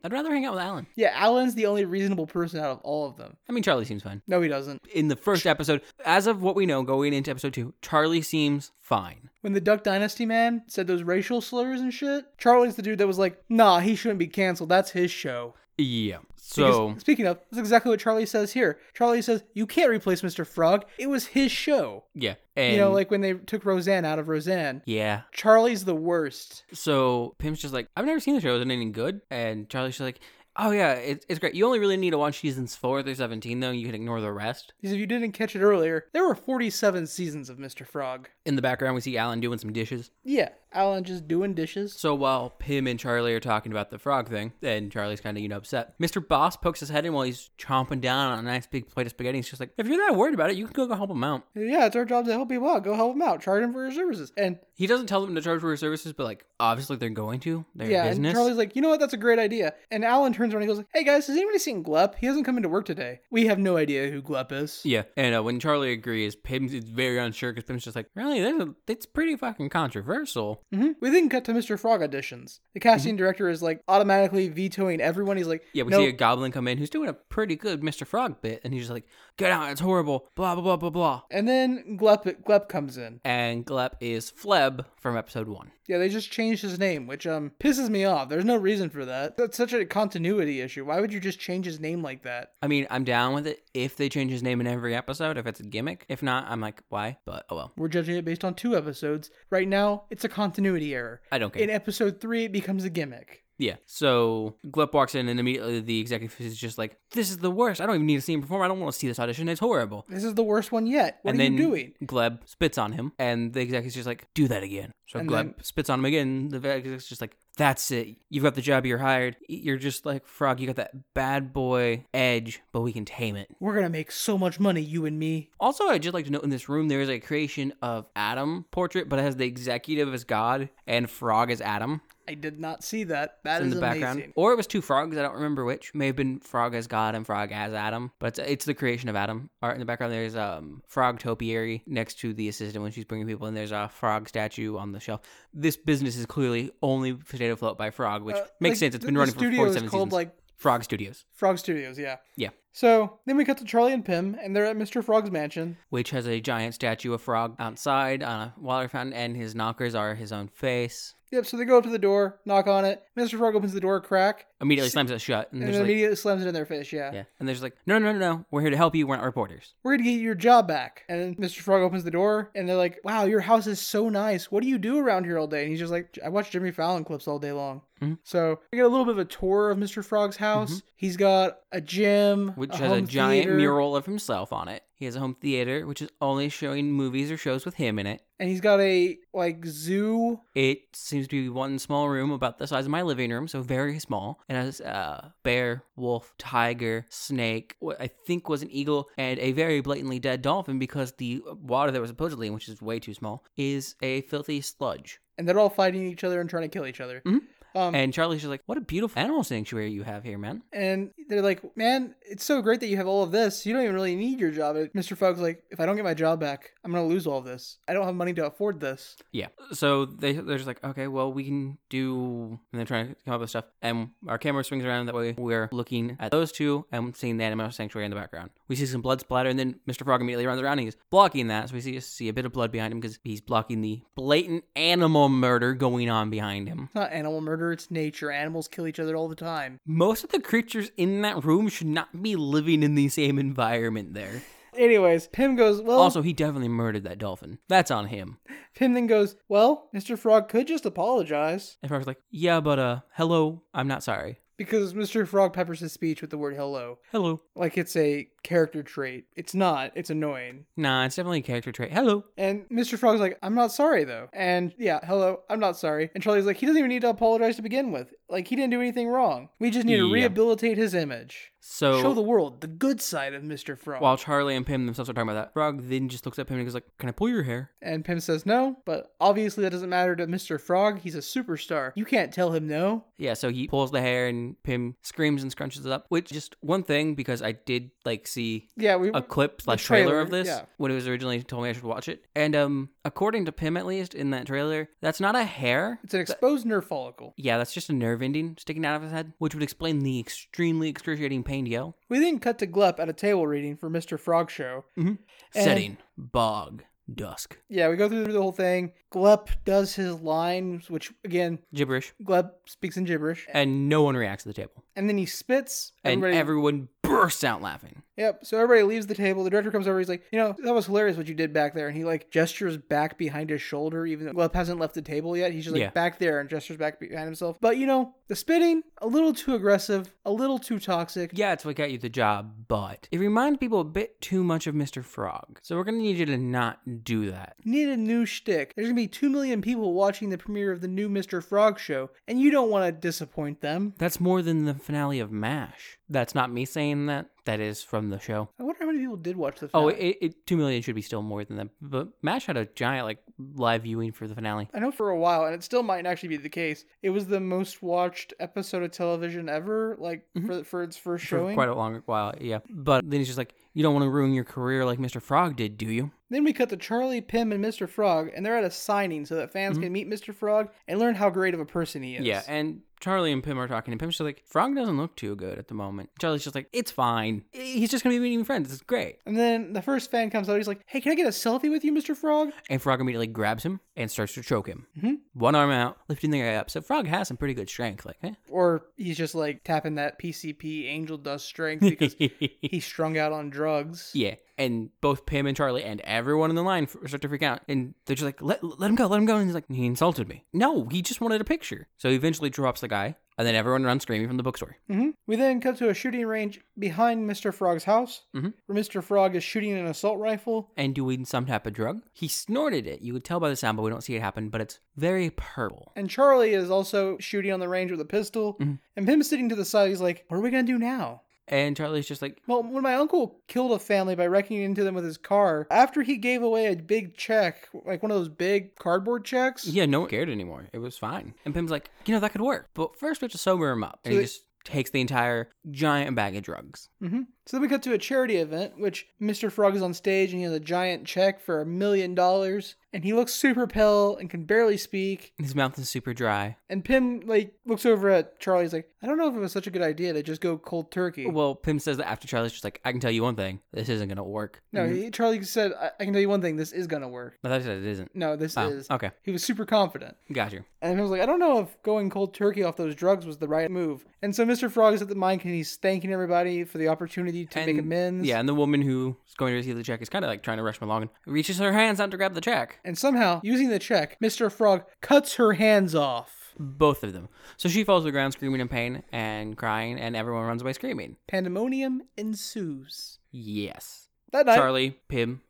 [SPEAKER 2] I'd rather hang out with Alan.
[SPEAKER 1] Yeah, Alan's the only reasonable person out of all of them.
[SPEAKER 2] I mean, Charlie seems fine.
[SPEAKER 1] No, he doesn't.
[SPEAKER 2] In the first episode, as of what we know going into episode two, Charlie seems fine.
[SPEAKER 1] When the Duck Dynasty man said those racial slurs and shit, Charlie's the dude that was like, nah, he shouldn't be canceled. That's his show.
[SPEAKER 2] Yeah.
[SPEAKER 1] Because-
[SPEAKER 2] So
[SPEAKER 1] speaking of, that's exactly what Charlie says here. Charlie says, you can't replace Mr. Frog. It was his show.
[SPEAKER 2] yeah, and
[SPEAKER 1] You know, like when they took Roseanne out of Roseanne.
[SPEAKER 2] yeah.
[SPEAKER 1] Charlie's the worst.
[SPEAKER 2] So Pim's just like, I've never seen the show. Isn't anything good? And Charlie's just like, Oh yeah, it's it's great. You only really need to watch seasons four through seventeen though. You can ignore the rest.
[SPEAKER 1] Because if you didn't catch it earlier, there were 47 seasons of Mr. Frog.
[SPEAKER 2] In the background, we see Alan doing some dishes.
[SPEAKER 1] Yeah, Alan just doing dishes.
[SPEAKER 2] So while Pim and Charlie are talking about the frog thing, and Charlie's kind of, you know, upset, Mr. Boss pokes his head in while he's chomping down on a nice big plate of spaghetti. He's just like, if you're that worried about it, you can go, go help him out.
[SPEAKER 1] Yeah, it's our job to help people out. Go help them out. Charge them for your services. And
[SPEAKER 2] He doesn't tell them to charge for his services, but like, obviously they're going to. They're
[SPEAKER 1] yeah,
[SPEAKER 2] business.
[SPEAKER 1] and Charlie's like, you know what? That's a great idea. And Alan turns around and goes, hey guys, has anybody seen Glup? He hasn't come into work today. We have no idea who Glup is.
[SPEAKER 2] yeah, and uh, when Charlie agrees, Pim's is very unsure because Pim's just like, really, there's a, it's pretty fucking controversial.
[SPEAKER 1] hmm We then cut to Mr. Frog auditions. The casting director is like automatically vetoing everyone. He's like,
[SPEAKER 2] Mm-hmm. Yeah, we
[SPEAKER 1] "No."
[SPEAKER 2] see a goblin come in who's doing a pretty good Mr. Frog bit, and he's just like, get out, it's horrible, blah, blah, blah, blah, blah.
[SPEAKER 1] And then Glup Glup comes in.
[SPEAKER 2] And Glep is Fleb from episode one.
[SPEAKER 1] Yeah, they just changed his name, which um pisses me off. There's no reason for that. That's such a continuity issue. Why would you just change his name like that?
[SPEAKER 2] I mean, I'm down with it if they change his name in every episode, if it's a gimmick. If not, I'm like, why? But oh well.
[SPEAKER 1] We're judging it based on two episodes. Right now, it's a continuity error.
[SPEAKER 2] I don't care.
[SPEAKER 1] In episode three, it becomes a gimmick.
[SPEAKER 2] yeah. So Glep walks in and immediately the executive is just like, This is the worst. I don't even need to see him perform. I don't want to see this audition. It's horrible.
[SPEAKER 1] This is the worst one yet. What
[SPEAKER 2] and
[SPEAKER 1] are
[SPEAKER 2] then
[SPEAKER 1] you doing?
[SPEAKER 2] Gleb spits on him, and the executive's just like, "Do that again." So
[SPEAKER 1] And
[SPEAKER 2] Gleb spits on him again. The executive's just like, "That's it. You've got the job. You're hired. You're just like Frog. You got that bad boy edge, but we can tame it."
[SPEAKER 1] We're gonna make so much money, you and me.
[SPEAKER 2] Also, I'd just like to note in this room there is a creation of Adam portrait, but it has the executive as God and Frog as Adam
[SPEAKER 1] I did not see that. That is
[SPEAKER 2] in the background.
[SPEAKER 1] amazing.
[SPEAKER 2] Or it was two frogs. I don't remember which. May have been Frog as God and Frog as Adam, but it's, it's the creation of Adam. All right, in the background there's um Frog Topiary next to the assistant when she's bringing people, and there's a frog statue on the shelf. This business is clearly only stayed afloat by Frog, which
[SPEAKER 1] Uh,
[SPEAKER 2] makes
[SPEAKER 1] like,
[SPEAKER 2] sense. It's
[SPEAKER 1] the-
[SPEAKER 2] been
[SPEAKER 1] the
[SPEAKER 2] running for
[SPEAKER 1] studio is
[SPEAKER 2] 47
[SPEAKER 1] called
[SPEAKER 2] seasons.
[SPEAKER 1] like
[SPEAKER 2] frog Studios,
[SPEAKER 1] Frog Studios. Yeah.
[SPEAKER 2] yeah,
[SPEAKER 1] So then we cut to Charlie and Pim, and they're at Mr. Frog's mansion.
[SPEAKER 2] which has a giant statue of Frog outside on a water fountain, and his knockers are his own face.
[SPEAKER 1] Yep. So they go up to the door, knock on it. Mr. Frog opens the door a crack,
[SPEAKER 2] Immediately slams it shut, and
[SPEAKER 1] and
[SPEAKER 2] there's
[SPEAKER 1] then
[SPEAKER 2] like,
[SPEAKER 1] immediately slams it in their face. Yeah.
[SPEAKER 2] yeah, and there's like, no, no, no, no, we're here to help you. We're not reporters.
[SPEAKER 1] We're gonna get your job back. And then Mr. Frog opens the door, and they're like, "Wow, your house is so nice. What do you do around here all day?" And he's just like, "I watch Jimmy Fallon clips all day long."
[SPEAKER 2] Mhm.
[SPEAKER 1] So we get a little bit of a tour of Mr. Frog's house. He's got a gym,
[SPEAKER 2] Mm-hmm. which
[SPEAKER 1] a
[SPEAKER 2] has a
[SPEAKER 1] home
[SPEAKER 2] giant
[SPEAKER 1] theater,
[SPEAKER 2] mural of himself on it. He has a home theater, which is only showing movies or shows with him in it.
[SPEAKER 1] and he's got a like zoo.
[SPEAKER 2] It seems to be one small room about the size of my living room, so very small. And has uh, bear, wolf, tiger, snake, what I think was an eagle, and a very blatantly dead dolphin because the water that was supposedly in, which is way too small, is a filthy sludge.
[SPEAKER 1] And they're all fighting each other and trying to kill each other.
[SPEAKER 2] Mhm.
[SPEAKER 1] Um,
[SPEAKER 2] And Charlie's just like, "What a beautiful animal sanctuary you have here, man."
[SPEAKER 1] And they're like, man, it's so great that you have all of this. You don't even really need your job. And Mr. Fog's like, if I don't get my job back, I'm going to lose all of this. I don't have money to afford this.
[SPEAKER 2] Yeah. So they they're just like, okay, well we can do, and they're trying to come up with stuff. And our camera swings around that way. We're looking at those two and seeing the animal sanctuary in the background. We see some blood splatter, and then Mr. Frog immediately runs around and he's blocking that. So we see see a bit of blood behind him because he's blocking the blatant animal murder going on behind him.
[SPEAKER 1] It's not animal murder, it's nature. Animals kill each other all the time.
[SPEAKER 2] Most of the creatures in that room should not be living in the same environment there.
[SPEAKER 1] Anyways, Pim goes, well,
[SPEAKER 2] Also, he definitely murdered that dolphin. That's on him.
[SPEAKER 1] Pim then goes, well, Mr. Frog could just apologize
[SPEAKER 2] And Frog's like, yeah, but uh, hello, I'm not sorry.
[SPEAKER 1] because Mr. Frog peppers his speech with the word hello.
[SPEAKER 2] Hello.
[SPEAKER 1] Like it's a character trait. It's not, it's annoying.
[SPEAKER 2] Nah, it's definitely a character trait. Hello.
[SPEAKER 1] And Mr. Frog's like, I'm not sorry though. And yeah, hello, I'm not sorry. And Charlie's like, he doesn't even need to apologize to begin with. Like, he didn't do anything wrong. We just need to
[SPEAKER 2] Yeah.
[SPEAKER 1] rehabilitate his image.
[SPEAKER 2] So
[SPEAKER 1] Show the world the good side of Mr. Frog.
[SPEAKER 2] while Charlie and Pim themselves are talking about that, Frog then just looks at Pim and goes like, "Can I pull your hair?"
[SPEAKER 1] and Pim says no, but obviously that doesn't matter to Mr. Frog. He's a superstar. You can't tell him no.
[SPEAKER 2] Yeah, so he pulls the hair and and Pim screams and scrunches it up. Which just one thing because I did like see
[SPEAKER 1] Yeah, we
[SPEAKER 2] a clip slash
[SPEAKER 1] trailer,
[SPEAKER 2] trailer, of this
[SPEAKER 1] yeah.
[SPEAKER 2] when it was originally told me I should watch it. And um, according to Pim, at least in that trailer, that's not a hair.
[SPEAKER 1] it's an exposed nerve follicle.
[SPEAKER 2] Yeah, that's just a nerve ending sticking out of his head, which would explain the extremely excruciating pain to yell.
[SPEAKER 1] We then cut to Glup at a table reading for Mr. Frog Show. And-
[SPEAKER 2] Setting bog dusk
[SPEAKER 1] Yeah, we go through the whole thing. Glup does his lines, which again,
[SPEAKER 2] gibberish,
[SPEAKER 1] Glup speaks in gibberish,
[SPEAKER 2] and no one reacts to the table,
[SPEAKER 1] and then he spits.
[SPEAKER 2] and everyone bursts out laughing.
[SPEAKER 1] Yep. So everybody leaves the table. The director comes over. He's like, you know, that was hilarious what you did back there. And he like gestures back behind his shoulder, even though Gleb hasn't left the table yet. He's just like
[SPEAKER 2] Yeah.
[SPEAKER 1] back there and gestures back behind himself. But you know, the spitting, a little too aggressive, a little too toxic.
[SPEAKER 2] Yeah, it's what got you the job, but it reminds people a bit too much of Mr. Frog. So we're gonna need you to not do that.
[SPEAKER 1] Need a new shtick. There's gonna be two million people watching the premiere of the new Mr. Frog show, and you don't want to disappoint them.
[SPEAKER 2] That's more than the finale of MASH. That's not me saying that. That is from the show.
[SPEAKER 1] I wonder how many people did watch the.
[SPEAKER 2] Oh,
[SPEAKER 1] Finale.
[SPEAKER 2] it, it, two million should be still more than that. But MASH had a giant like live viewing for the finale.
[SPEAKER 1] I know for a while, and it still might actually be the case. It was the most watched episode of television ever, like for for its first
[SPEAKER 2] Mm-hmm. For
[SPEAKER 1] showing.
[SPEAKER 2] quite a long while, yeah. But then he's just like, you don't want to ruin your career like Mr. Frog did, do you?
[SPEAKER 1] Then we cut to Charlie, Pym, and Mr. Frog, and they're at a signing so that fans can meet Mr. Frog and learn how great of a person he is.
[SPEAKER 2] Yeah, and Charlie and Pim are talking, and Pim's just like, Frog doesn't look too good at the moment. Charlie's just like, it's fine. He's just gonna be meeting friends. It's great.
[SPEAKER 1] And then the first fan comes out. He's like, "Hey, can I get a selfie with you, Mr. Frog?"
[SPEAKER 2] And Frog immediately grabs him and starts to choke him.
[SPEAKER 1] Mhm.
[SPEAKER 2] One arm out, lifting the guy up. So Frog has some pretty good strength, like, eh?
[SPEAKER 1] Or he's just like tapping that PCP angel dust strength because he's strung out on drugs.
[SPEAKER 2] yeah. And both Pim and Charlie and everyone in the line f- start to freak out. And they're just like, let, let him go, let him go. And he's like, he insulted me. No, he just wanted a picture. So he eventually drops the guy. And then everyone runs screaming from the bookstore.
[SPEAKER 1] hmm We then cut to a shooting range behind Mr. Frog's house,
[SPEAKER 2] Mhm.
[SPEAKER 1] where Mr. Frog is shooting an assault rifle.
[SPEAKER 2] And doing some type of drug. He snorted it. You could tell by the sound, but we don't see it happen. But it's very purple.
[SPEAKER 1] And Charlie is also shooting on the range with a pistol. And Pim's sitting to the side. He's like, "What are we gonna do now?"
[SPEAKER 2] And Charlie's just like,
[SPEAKER 1] Well, when my uncle killed a family by wrecking into them with his car, after he gave away a big check, like one of those big cardboard checks,
[SPEAKER 2] Yeah, no one cared anymore. It was fine. And Pim's like, you know, that could work. But first, we have to sober him up. And
[SPEAKER 1] So
[SPEAKER 2] he
[SPEAKER 1] it-
[SPEAKER 2] just takes the entire giant bag of drugs.
[SPEAKER 1] hmm So then we cut to a charity event, which Mr. Frog is on stage and he has a giant check for a million dollars, and he looks super pale and can barely speak.
[SPEAKER 2] His mouth is super dry.
[SPEAKER 1] And Pim like looks over at Charlie. He's like, I don't know if it was such a good idea to just go cold turkey.
[SPEAKER 2] Well, Pim says that after Charlie's just like, I can tell you one thing. This isn't going to work.
[SPEAKER 1] no, he, Charlie said, I-, I can tell you one thing: this is gonna work.
[SPEAKER 2] But that said it isn't.
[SPEAKER 1] No, this
[SPEAKER 2] Oh,
[SPEAKER 1] is.
[SPEAKER 2] okay.
[SPEAKER 1] He was super confident.
[SPEAKER 2] Gotcha.
[SPEAKER 1] And I was like, I don't know if going cold turkey off those drugs was the right move. And so Mr. Frog is at the mic and he's thanking everybody for the opportunity to make
[SPEAKER 2] And-
[SPEAKER 1] amends.
[SPEAKER 2] Yeah, and the woman who's going to receive the check is kind of like trying to rush him along and reaches her hands out to grab the check.
[SPEAKER 1] And somehow, using the check, Mr. Frog cuts her hands off.
[SPEAKER 2] Both of them. So she falls to the ground screaming in pain and crying, and everyone runs away screaming.
[SPEAKER 1] Pandemonium ensues.
[SPEAKER 2] Yes.
[SPEAKER 1] That night,
[SPEAKER 2] Charlie, Pim,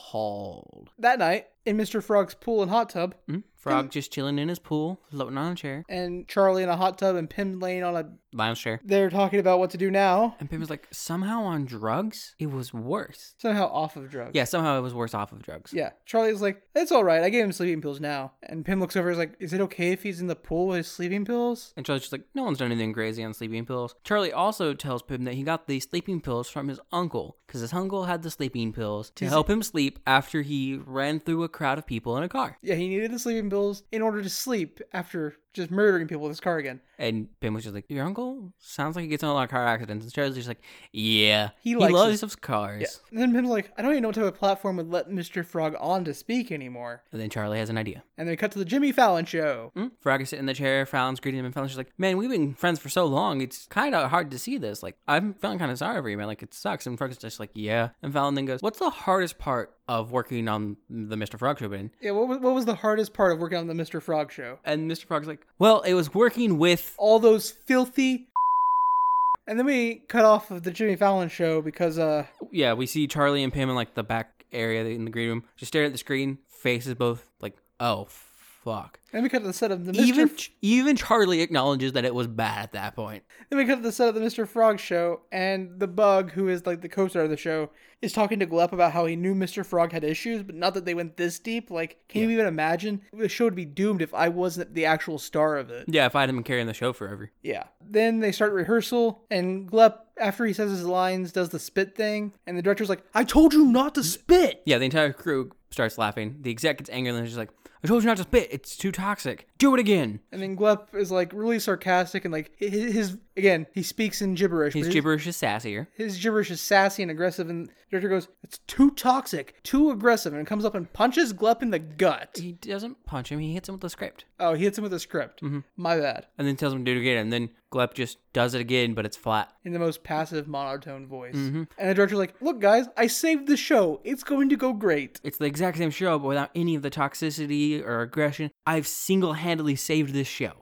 [SPEAKER 2] appalled.
[SPEAKER 1] that night, in Mr. Frog's pool and hot tub,
[SPEAKER 2] Mm, Frog just chilling in his pool, floating on a chair,
[SPEAKER 1] and Charlie in a hot tub and Pim laying on a.
[SPEAKER 2] lounge chair.
[SPEAKER 1] They're talking about what to do now.
[SPEAKER 2] And Pim was like, somehow on drugs, it was worse.
[SPEAKER 1] Somehow off of drugs.
[SPEAKER 2] Yeah, somehow it was worse off of drugs.
[SPEAKER 1] Yeah. Charlie's like, it's all right. I gave him sleeping pills now. And Pim looks over and is like, is it okay if he's in the pool with his sleeping pills?
[SPEAKER 2] And Charlie's just like, no one's done anything crazy on sleeping pills. Charlie also tells Pim that he got these sleeping pills from his uncle, because his uncle had the sleeping pills to help him sleep after he ran through a crowd of people in a car.
[SPEAKER 1] Yeah, he needed the sleeping pills in order to sleep after just murdering people with his car again.
[SPEAKER 2] And Pim was just like, your uncle sounds like he gets in a lot of car accidents. And Charlie's just like, yeah,
[SPEAKER 1] He
[SPEAKER 2] he,
[SPEAKER 1] likes
[SPEAKER 2] loves his cars.
[SPEAKER 1] And then Pim's like, I don't even know what type of platform would let Mr. Frog on to speak anymore.
[SPEAKER 2] And then Charlie has an idea.
[SPEAKER 1] And they cut to the Jimmy Fallon show.
[SPEAKER 2] Mm. Frog is sitting in the chair. Fallon's greeting him, and Fallon's just like, "Man, we've been friends for so long. It's kind of hard to see this. Like, I'm feeling kind of sorry for you, man. Like, it sucks." And Frog's just like, "Yeah." And Fallon then goes, "What's the hardest part of working on the Mr. Frog show?" Ben?
[SPEAKER 1] Yeah, what was, what was the hardest part of working on the Mr. Frog show?
[SPEAKER 2] And Mr. Frog's like, "Well, it was working with."
[SPEAKER 1] All those filthy. And then we cut off of the Jimmy Fallon show because, uh,
[SPEAKER 2] Yeah, we see Charlie and Pam in like the back area in the green room, just staring at the screen, faces both like, "Oh." fuck.
[SPEAKER 1] Then we cut to the set of the Mr.
[SPEAKER 2] Even even Charlie acknowledges that it was bad at that point.
[SPEAKER 1] Then we cut to the set of the Mr. Frog show, and the Bug, who is like the co-star of the show, is talking to Glep about how he knew Mr. Frog had issues, but not that they went this deep. Like, can you even imagine? The show would be doomed if I wasn't the actual star of it.
[SPEAKER 2] Yeah, if I had him carrying the show forever.
[SPEAKER 1] Yeah. Then they start rehearsal, and Glep, after he says his lines, does the spit thing, and the director's like, "I told you not to spit."
[SPEAKER 2] Yeah, the entire crew starts laughing. The exec gets angry and then she's like, I told you not to spit. It's too toxic. Do it again.
[SPEAKER 1] And then Glep is like really sarcastic and like hi- hi- his again he speaks in gibberish. but
[SPEAKER 2] His
[SPEAKER 1] his-
[SPEAKER 2] gibberish is sassier.
[SPEAKER 1] his gibberish is sassy and aggressive, and the director goes, "It's too toxic, too aggressive," and comes up and punches Glup in the gut.
[SPEAKER 2] He doesn't punch him, he hits him with the script.
[SPEAKER 1] Oh, he hits him with a script. My bad.
[SPEAKER 2] And then tells him to do it again. And then Glep just does it again, but it's flat.
[SPEAKER 1] In the most passive monotone voice, and the director's like, "Look, guys, I saved the show. It's going to go great."
[SPEAKER 2] It's the exact same show, but without any of the toxicity or aggression. I've single handedly saved this show.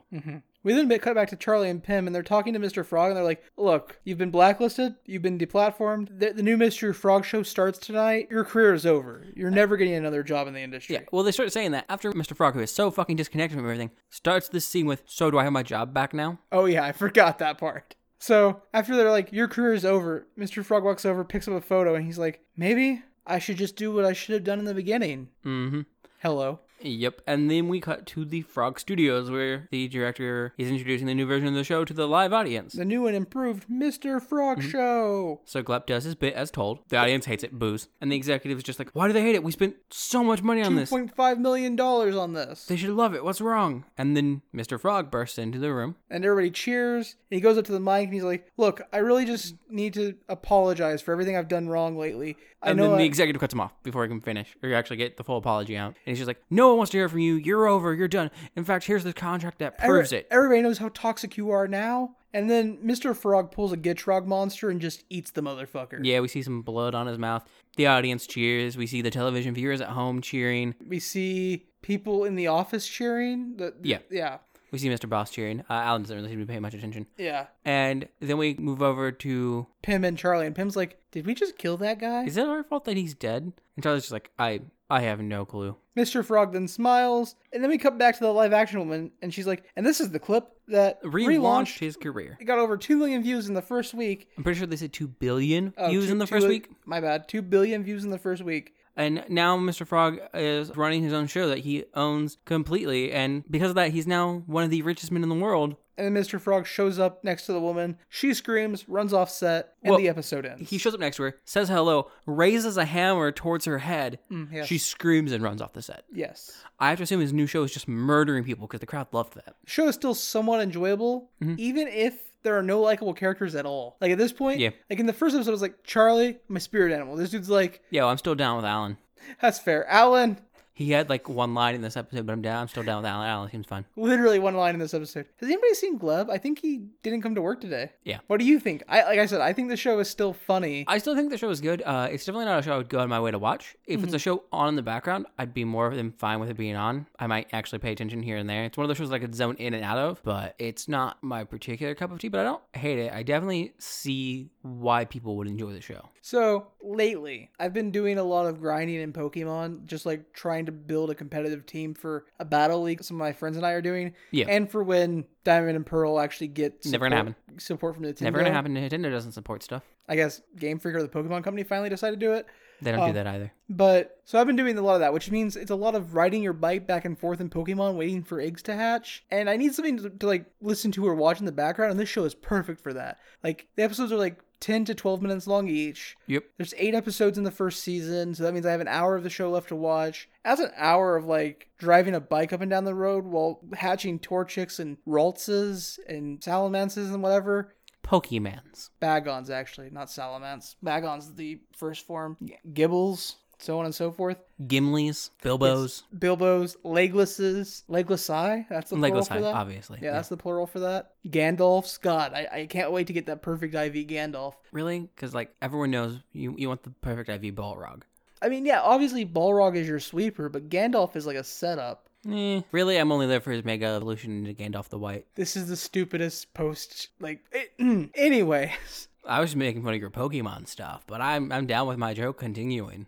[SPEAKER 1] We then bit- cut back to Charlie and Pim, and they're talking to Mr. Frog, and they're like, "Look, you've been blacklisted. You've been deplatformed. The, the new Mr. Frog show starts tonight. Your career is over. You're never getting another job in the industry."
[SPEAKER 2] Yeah, well, they start saying that after Mr. Frog, who is so fucking disconnected from everything, starts this scene with, So do I have my job back now?
[SPEAKER 1] Oh yeah, I forgot that part. So after they're like, your career is over, Mr. Frog walks over, picks up a photo, and he's like, maybe I should just do what I should have done in the beginning.
[SPEAKER 2] Mm hmm.
[SPEAKER 1] Hello.
[SPEAKER 2] Yep. And then we cut to the Frog Studios where the director is introducing the new version of the show to the live audience.
[SPEAKER 1] The new and improved Mr. Frog
[SPEAKER 2] Mm-hmm.
[SPEAKER 1] show.
[SPEAKER 2] So Glep does his bit as told. The audience hates it, boos. And the executive's just like, why do they hate it? We spent so much money on this.
[SPEAKER 1] $2.5 million on this.
[SPEAKER 2] They should love it. What's wrong? And then Mr. Frog bursts into the room.
[SPEAKER 1] And everybody cheers. And he goes up to the mic and he's like, look, I really just need to apologize for everything I've done wrong lately. I
[SPEAKER 2] And
[SPEAKER 1] know
[SPEAKER 2] then the
[SPEAKER 1] I-
[SPEAKER 2] executive cuts him off before he can finish or actually get the full apology out. And he's just like, no one wants to hear from you. You're over. You're done. In fact, here's the contract that
[SPEAKER 1] every-
[SPEAKER 2] proves it.
[SPEAKER 1] Everybody knows how toxic you are now. And then Mr. Frog pulls a Gitrog monster and just eats the motherfucker.
[SPEAKER 2] Yeah, we see some blood on his mouth. The audience cheers. We see the television viewers at home cheering.
[SPEAKER 1] We see people in the office cheering. The,
[SPEAKER 2] Yeah.
[SPEAKER 1] Yeah.
[SPEAKER 2] We see Mr. Boss cheering. Uh, Alan doesn't really seem to be paying much attention.
[SPEAKER 1] Yeah.
[SPEAKER 2] And then we move over to
[SPEAKER 1] Pim and Charlie. And Pim's like, did we just kill that guy?
[SPEAKER 2] Is it our fault that he's dead? And Charlie's just like, I I have no clue.
[SPEAKER 1] Mr. Frog then smiles. And then we cut back to the live action woman. And she's like, and this is the clip that
[SPEAKER 2] Relaunched,
[SPEAKER 1] relaunched.
[SPEAKER 2] his career.
[SPEAKER 1] It got over 2 million views in the first week.
[SPEAKER 2] I'm pretty sure they said two billion
[SPEAKER 1] Oh,
[SPEAKER 2] views
[SPEAKER 1] two-
[SPEAKER 2] in the
[SPEAKER 1] two
[SPEAKER 2] first
[SPEAKER 1] li-
[SPEAKER 2] week.
[SPEAKER 1] My bad. 2 billion views in the first week.
[SPEAKER 2] And now Mr. Frog is running his own show that he owns completely, and because of that, he's now one of the richest men in the world.
[SPEAKER 1] And then Mr. Frog shows up next to the woman. She screams, runs off set, and
[SPEAKER 2] Well,
[SPEAKER 1] the episode ends.
[SPEAKER 2] He shows up next to her, says hello, raises a hammer towards her head.
[SPEAKER 1] Mm, yes.
[SPEAKER 2] She screams and runs off the set.
[SPEAKER 1] yes.
[SPEAKER 2] I have to assume his new show is just murdering people because the crowd loved that.
[SPEAKER 1] the show is still somewhat enjoyable,
[SPEAKER 2] Mm-hmm.
[SPEAKER 1] even if there are no likable characters at all. Like at this point,
[SPEAKER 2] Yeah.
[SPEAKER 1] like in the first episode, I was like, Charlie, my spirit animal. This dude's like,
[SPEAKER 2] Yeah, well, I'm still down with Alan.
[SPEAKER 1] that's fair. Alan,
[SPEAKER 2] He had like one line in this episode, but I'm down. I'm still down with Alan. Alan seems fine.
[SPEAKER 1] literally one line in this episode. Has anybody seen Gleb? I think he didn't come to work today.
[SPEAKER 2] Yeah.
[SPEAKER 1] What do you think? I like I said, I think the show is still funny.
[SPEAKER 2] I still think the show is good. Uh, it's definitely not a show I would go on my way to watch. If
[SPEAKER 1] Mm-hmm.
[SPEAKER 2] it's a show on in the background, I'd be more than fine with it being on. I might actually pay attention here and there. It's one of those shows I could zone in and out of, but it's not my particular cup of tea. But I don't hate it. I definitely see why people would enjoy the show.
[SPEAKER 1] so lately, I've been doing a lot of grinding in Pokemon, just like trying to build a competitive team for a battle league. Some of my friends and I are doing,
[SPEAKER 2] Yeah.
[SPEAKER 1] and for when Diamond and Pearl actually get
[SPEAKER 2] Never gonna
[SPEAKER 1] support- Support from the team.
[SPEAKER 2] Never gonna happen. Nintendo doesn't support stuff.
[SPEAKER 1] I guess Game Freak or the Pokemon Company finally decided to do it.
[SPEAKER 2] They don't
[SPEAKER 1] Oh.
[SPEAKER 2] do that either.
[SPEAKER 1] But so I've been doing a lot of that, which means it's a lot of riding your bike back and forth in Pokemon, waiting for eggs to hatch. And I need something to, to like listen to or watch in the background, and this show is perfect for that. Like the episodes are like ten to twelve minutes long each.
[SPEAKER 2] Yep.
[SPEAKER 1] There's eight episodes in the first season, so that means I have an hour of the show left to watch. That's an hour of like driving a bike up and down the road while hatching Torchics and Raltzes and Salamances and whatever.
[SPEAKER 2] Pokemans.
[SPEAKER 1] Bagons, actually, not Salamance. Bagons, the first form. Gibbles, so on and so forth.
[SPEAKER 2] Gimlies. Bilbos.
[SPEAKER 1] Bilbos, leglesses, leglessi. That's the plural
[SPEAKER 2] Legolas
[SPEAKER 1] for that.
[SPEAKER 2] obviously.
[SPEAKER 1] Yeah, that's the plural for that. Gandalfs. God, I, I can't wait to get that perfect IV Gandalf.
[SPEAKER 2] Really? Because like everyone knows, you you want the perfect IV Balrog.
[SPEAKER 1] I mean, yeah, obviously Balrog is your sweeper, but Gandalf is like a setup.
[SPEAKER 2] Eh, really, I'm only there for his mega evolution into Gandalf the White.
[SPEAKER 1] This is the stupidest post. Like, it, anyways.
[SPEAKER 2] I was just making fun of your Pokemon stuff, but I'm I'm down with my joke continuing.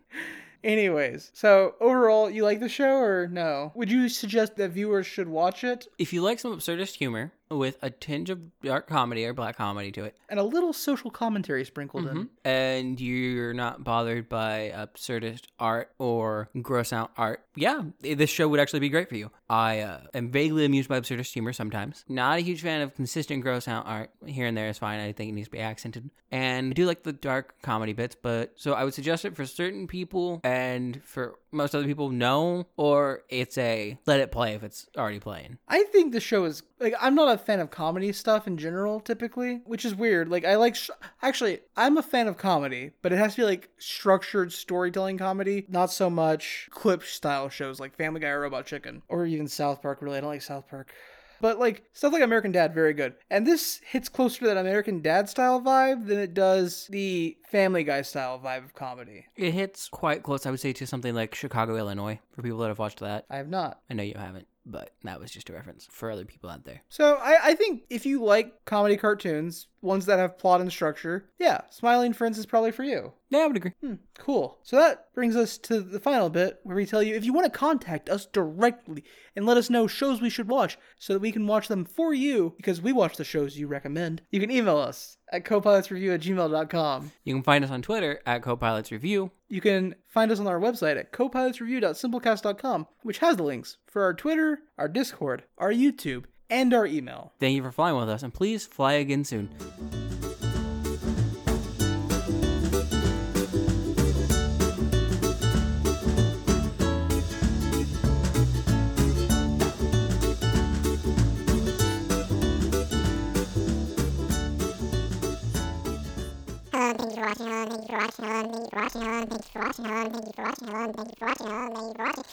[SPEAKER 1] Anyways, so overall, you like the show or no? Would you suggest that viewers should watch it?
[SPEAKER 2] If you like some absurdist humor with a tinge of dark comedy or black comedy to it,
[SPEAKER 1] And a little social commentary sprinkled
[SPEAKER 2] Mm-hmm.
[SPEAKER 1] in.
[SPEAKER 2] and you're not bothered by absurdist art or gross out art, yeah, this show would actually be great for you. I uh, am vaguely amused by absurdist humor sometimes. Not a huge fan of consistent gross out art. Here and there is fine. I think it needs to be accented. And I do like the dark comedy bits, but so I would suggest it for certain people and for most other people, no. Or it's a let it play if it's already playing.
[SPEAKER 1] I think the show is like I'm not a fan of comedy stuff in general typically, which is weird. Like I like sh- actually I'm a fan of comedy, but it has to be like structured storytelling comedy, not so much clip style shows like Family Guy or Robot Chicken or even South Park. Really, I don't like South Park. But like stuff like American Dad, very good. And this hits closer to that American Dad style vibe than it does the Family Guy style vibe of comedy.
[SPEAKER 2] It hits quite close, I would say, to something like Chicago, Illinois, for people that have watched that.
[SPEAKER 1] I have not.
[SPEAKER 2] I know you haven't, but that was just a reference for other people out there.
[SPEAKER 1] So I, I think if you like comedy cartoons, ones that have plot and structure, yeah, Smiling Friends is probably for you.
[SPEAKER 2] Yeah, I would agree.
[SPEAKER 1] Hmm, cool. So that brings us to the final bit where we tell you if you want to contact us directly and let us know shows we should watch so that we can watch them for you because we watch the shows you recommend, you can email us at copilotsreview at gmail.com.
[SPEAKER 2] You can find us on Twitter at Copilots Review.
[SPEAKER 1] You can find us on our website at copilotsreview.simplecast.com, which has the links for our Twitter, our Discord, our YouTube, and our email.
[SPEAKER 2] Thank you for flying with us, and please fly again soon.
[SPEAKER 3] Hello, thank you for watching. Hello, thank you for watching. Hello, thank you for watching. Hello, thank you for watching. Hello, thank you for watching. Hello, thank you for watching. Hello, thank you for watching. Hello, thank you for watching.